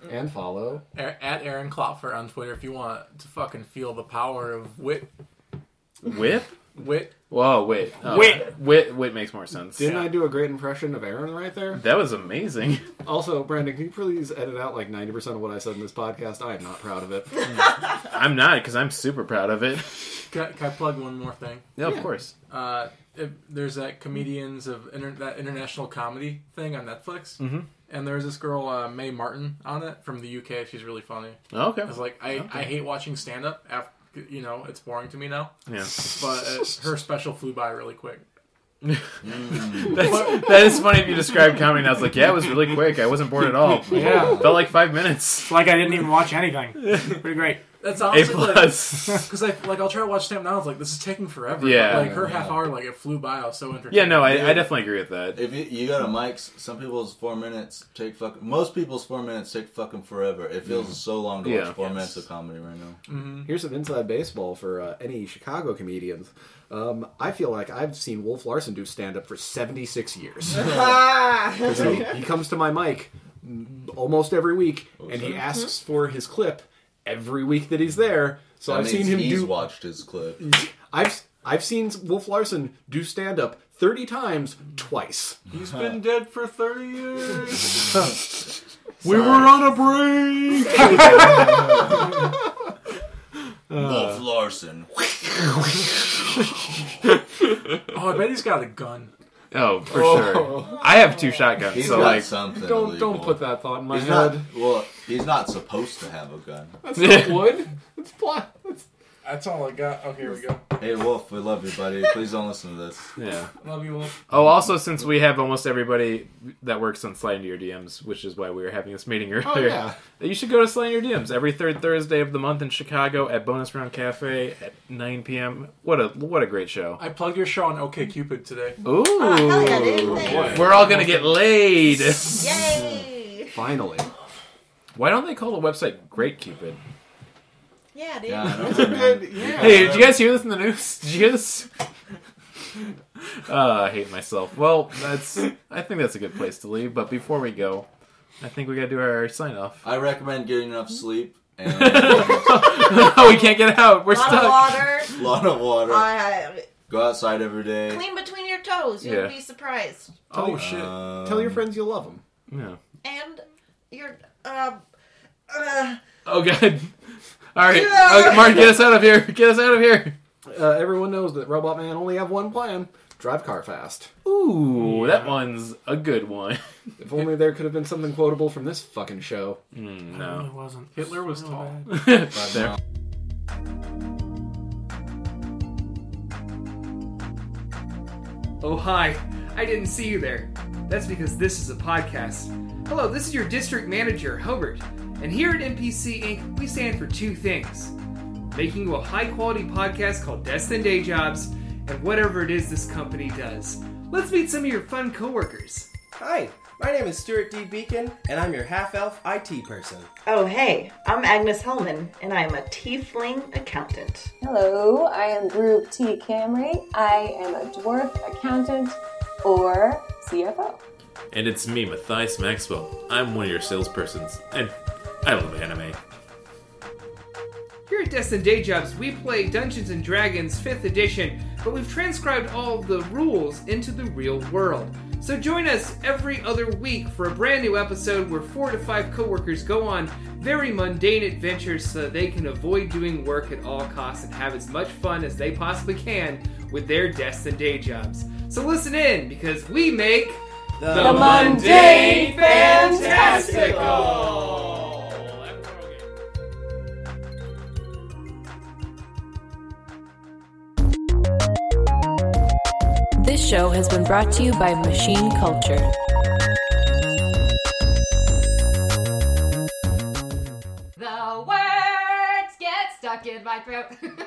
Speaker 3: And follow.
Speaker 11: A- At Aaron Klopfer on Twitter if you want to fucking feel the power of wit.
Speaker 4: Whip?
Speaker 11: Wit.
Speaker 4: Whoa, wit. Oh,
Speaker 5: Wit.
Speaker 4: Wit. Wit makes more sense.
Speaker 3: Didn't I do a great impression of Aaron right there?
Speaker 4: That was amazing.
Speaker 3: Also, Brandon, can you please edit out like 90% of what I said in this podcast? I am not proud of it.
Speaker 4: I'm not because I'm super proud of it.
Speaker 11: Can I, can I plug one more thing?
Speaker 4: No, of course.
Speaker 11: Uh, if- there's that comedians of inter- that international comedy thing on Netflix, mm-hmm. and there's this girl uh, Mae Martin on it from the UK. She's really funny.
Speaker 4: Okay.
Speaker 11: I was like, I, I hate watching stand up. After you know, it's boring to me now.
Speaker 4: Yeah.
Speaker 11: But uh, her special flew by really quick.
Speaker 4: That's, that is funny if you describe comedy. And I was like, yeah, it was really quick. I wasn't bored at all.
Speaker 5: Yeah.
Speaker 4: Felt like five minutes.
Speaker 5: It's like I didn't even watch anything. Pretty great.
Speaker 11: That's
Speaker 4: A
Speaker 11: honestly like
Speaker 4: plus.
Speaker 11: because I like I'll try to watch stand up now. I was like, this is taking forever.
Speaker 4: Yeah.
Speaker 11: But, like her half hour, like it flew by. I was so entertained.
Speaker 4: Yeah, no, I, I definitely agree with that.
Speaker 6: If you, you go to Mike's, some people's four minutes take fucking. Most people's four minutes take fucking forever. It feels so long to
Speaker 4: Yeah.
Speaker 6: watch four minutes of comedy right now.
Speaker 3: Here's some inside baseball for uh, any Chicago comedians. Um, I feel like I've seen Wolf Larsen do stand up for 76 years.
Speaker 7: Ah!
Speaker 3: So he, he comes to my mic m- almost every week,
Speaker 6: Oh,
Speaker 3: and he asks for his clip every week that he's there. So
Speaker 6: That
Speaker 3: I've seen
Speaker 6: means
Speaker 3: him
Speaker 6: he's
Speaker 3: do.
Speaker 6: watched his clip.
Speaker 3: I've I've seen Wolf Larsen do stand up thirty times twice.
Speaker 11: He's been dead for thirty years.
Speaker 6: We were on a break. Wolf Larson.
Speaker 11: oh, I bet he's got a gun.
Speaker 4: Oh, for sure. I have two shotguns,
Speaker 6: He's
Speaker 4: so
Speaker 6: got
Speaker 4: like,
Speaker 6: something.
Speaker 3: Don't
Speaker 6: illegal.
Speaker 3: don't put that thought in my
Speaker 6: He's not.
Speaker 3: head.
Speaker 6: Well, he's not supposed to have a gun.
Speaker 3: That's not wood. That's plot. That's,
Speaker 11: That's all I got. Oh, here we go.
Speaker 6: Hey Wolf, we love you, buddy. Please don't listen to this.
Speaker 4: yeah.
Speaker 11: Love you, Wolf.
Speaker 4: Oh, also, since we have almost everybody that works on Slide into Your DMs, which is why we were having this meeting earlier,
Speaker 3: oh yeah.
Speaker 4: you should go to Slide into Your DMs every third Thursday of the month in Chicago at Bonus Round Cafe at 9 p.m. What a what a great show! Ah.
Speaker 11: I plugged your show on OK Cupid today.
Speaker 4: Ooh,
Speaker 7: Ah, hell yeah, dude. Thanks.
Speaker 4: we're all gonna get laid.
Speaker 7: Yay!
Speaker 3: Finally,
Speaker 4: Why don't they call the website Great Cupid?
Speaker 7: Yeah, dude.
Speaker 6: Yeah, I know, man.
Speaker 4: Hey, did you guys hear this in the news? Did you hear this? Uh, I hate myself. Well, that's. I think that's a good place to leave. But before we go, I think we gotta do our sign off.
Speaker 6: I recommend getting enough sleep and a
Speaker 4: Oh, we can't get out. We're
Speaker 7: A lot of
Speaker 4: stuck.
Speaker 7: water.
Speaker 6: lot of water.
Speaker 7: Uh,
Speaker 6: Go outside every day.
Speaker 7: clean between your toes. You'd
Speaker 4: Yeah.
Speaker 7: be surprised.
Speaker 11: Oh shit.
Speaker 6: Um,
Speaker 3: tell your friends you love them.
Speaker 4: Yeah.
Speaker 7: And your uh, uh,
Speaker 4: Oh god. All right,
Speaker 7: Yeah.
Speaker 4: okay, Mark, get us out of here. Get us out of here.
Speaker 3: uh, everyone knows that Robot Man only have one plan: drive car fast.
Speaker 13: Ooh, that one's a good one.
Speaker 3: If only there could have been something quotable from this fucking show.
Speaker 14: No,
Speaker 13: no.
Speaker 14: it wasn't.
Speaker 5: Hitler was
Speaker 14: So
Speaker 5: tall.
Speaker 14: bad.
Speaker 13: There.
Speaker 4: Oh, hi. I didn't see you there. That's because this is a podcast. Hello, this is your district manager, Hubbard. And here at NPC Inc., we stand for two things making you a high quality podcast called Deaths and Day Jobs, and whatever it is this company does. Let's meet some of your fun coworkers.
Speaker 15: Hi, my name is Stuart D. Beacon, and I'm your half elf IT person.
Speaker 7: Oh, hey, I'm Agnes Hellman, and I'm a tiefling accountant.
Speaker 11: Hello, I am Rube T. Camry. I am a dwarf accountant or CFO.
Speaker 10: And it's me, Matthias Maxwell. I'm one of your salespersons, and I love anime.
Speaker 4: Here at Destin Day Jobs, we play Dungeons and Dragons 5th edition, but we've transcribed all the rules into the real world. So join us every other week for a brand new episode where four to five coworkers go on very mundane adventures so that they can avoid doing work at all costs and have as much fun as they possibly can with their Destin Day Jobs. So listen in because we make
Speaker 15: The,
Speaker 4: mundane
Speaker 11: This show has been brought to you by Machine Culture.
Speaker 16: The words get stuck in my throat.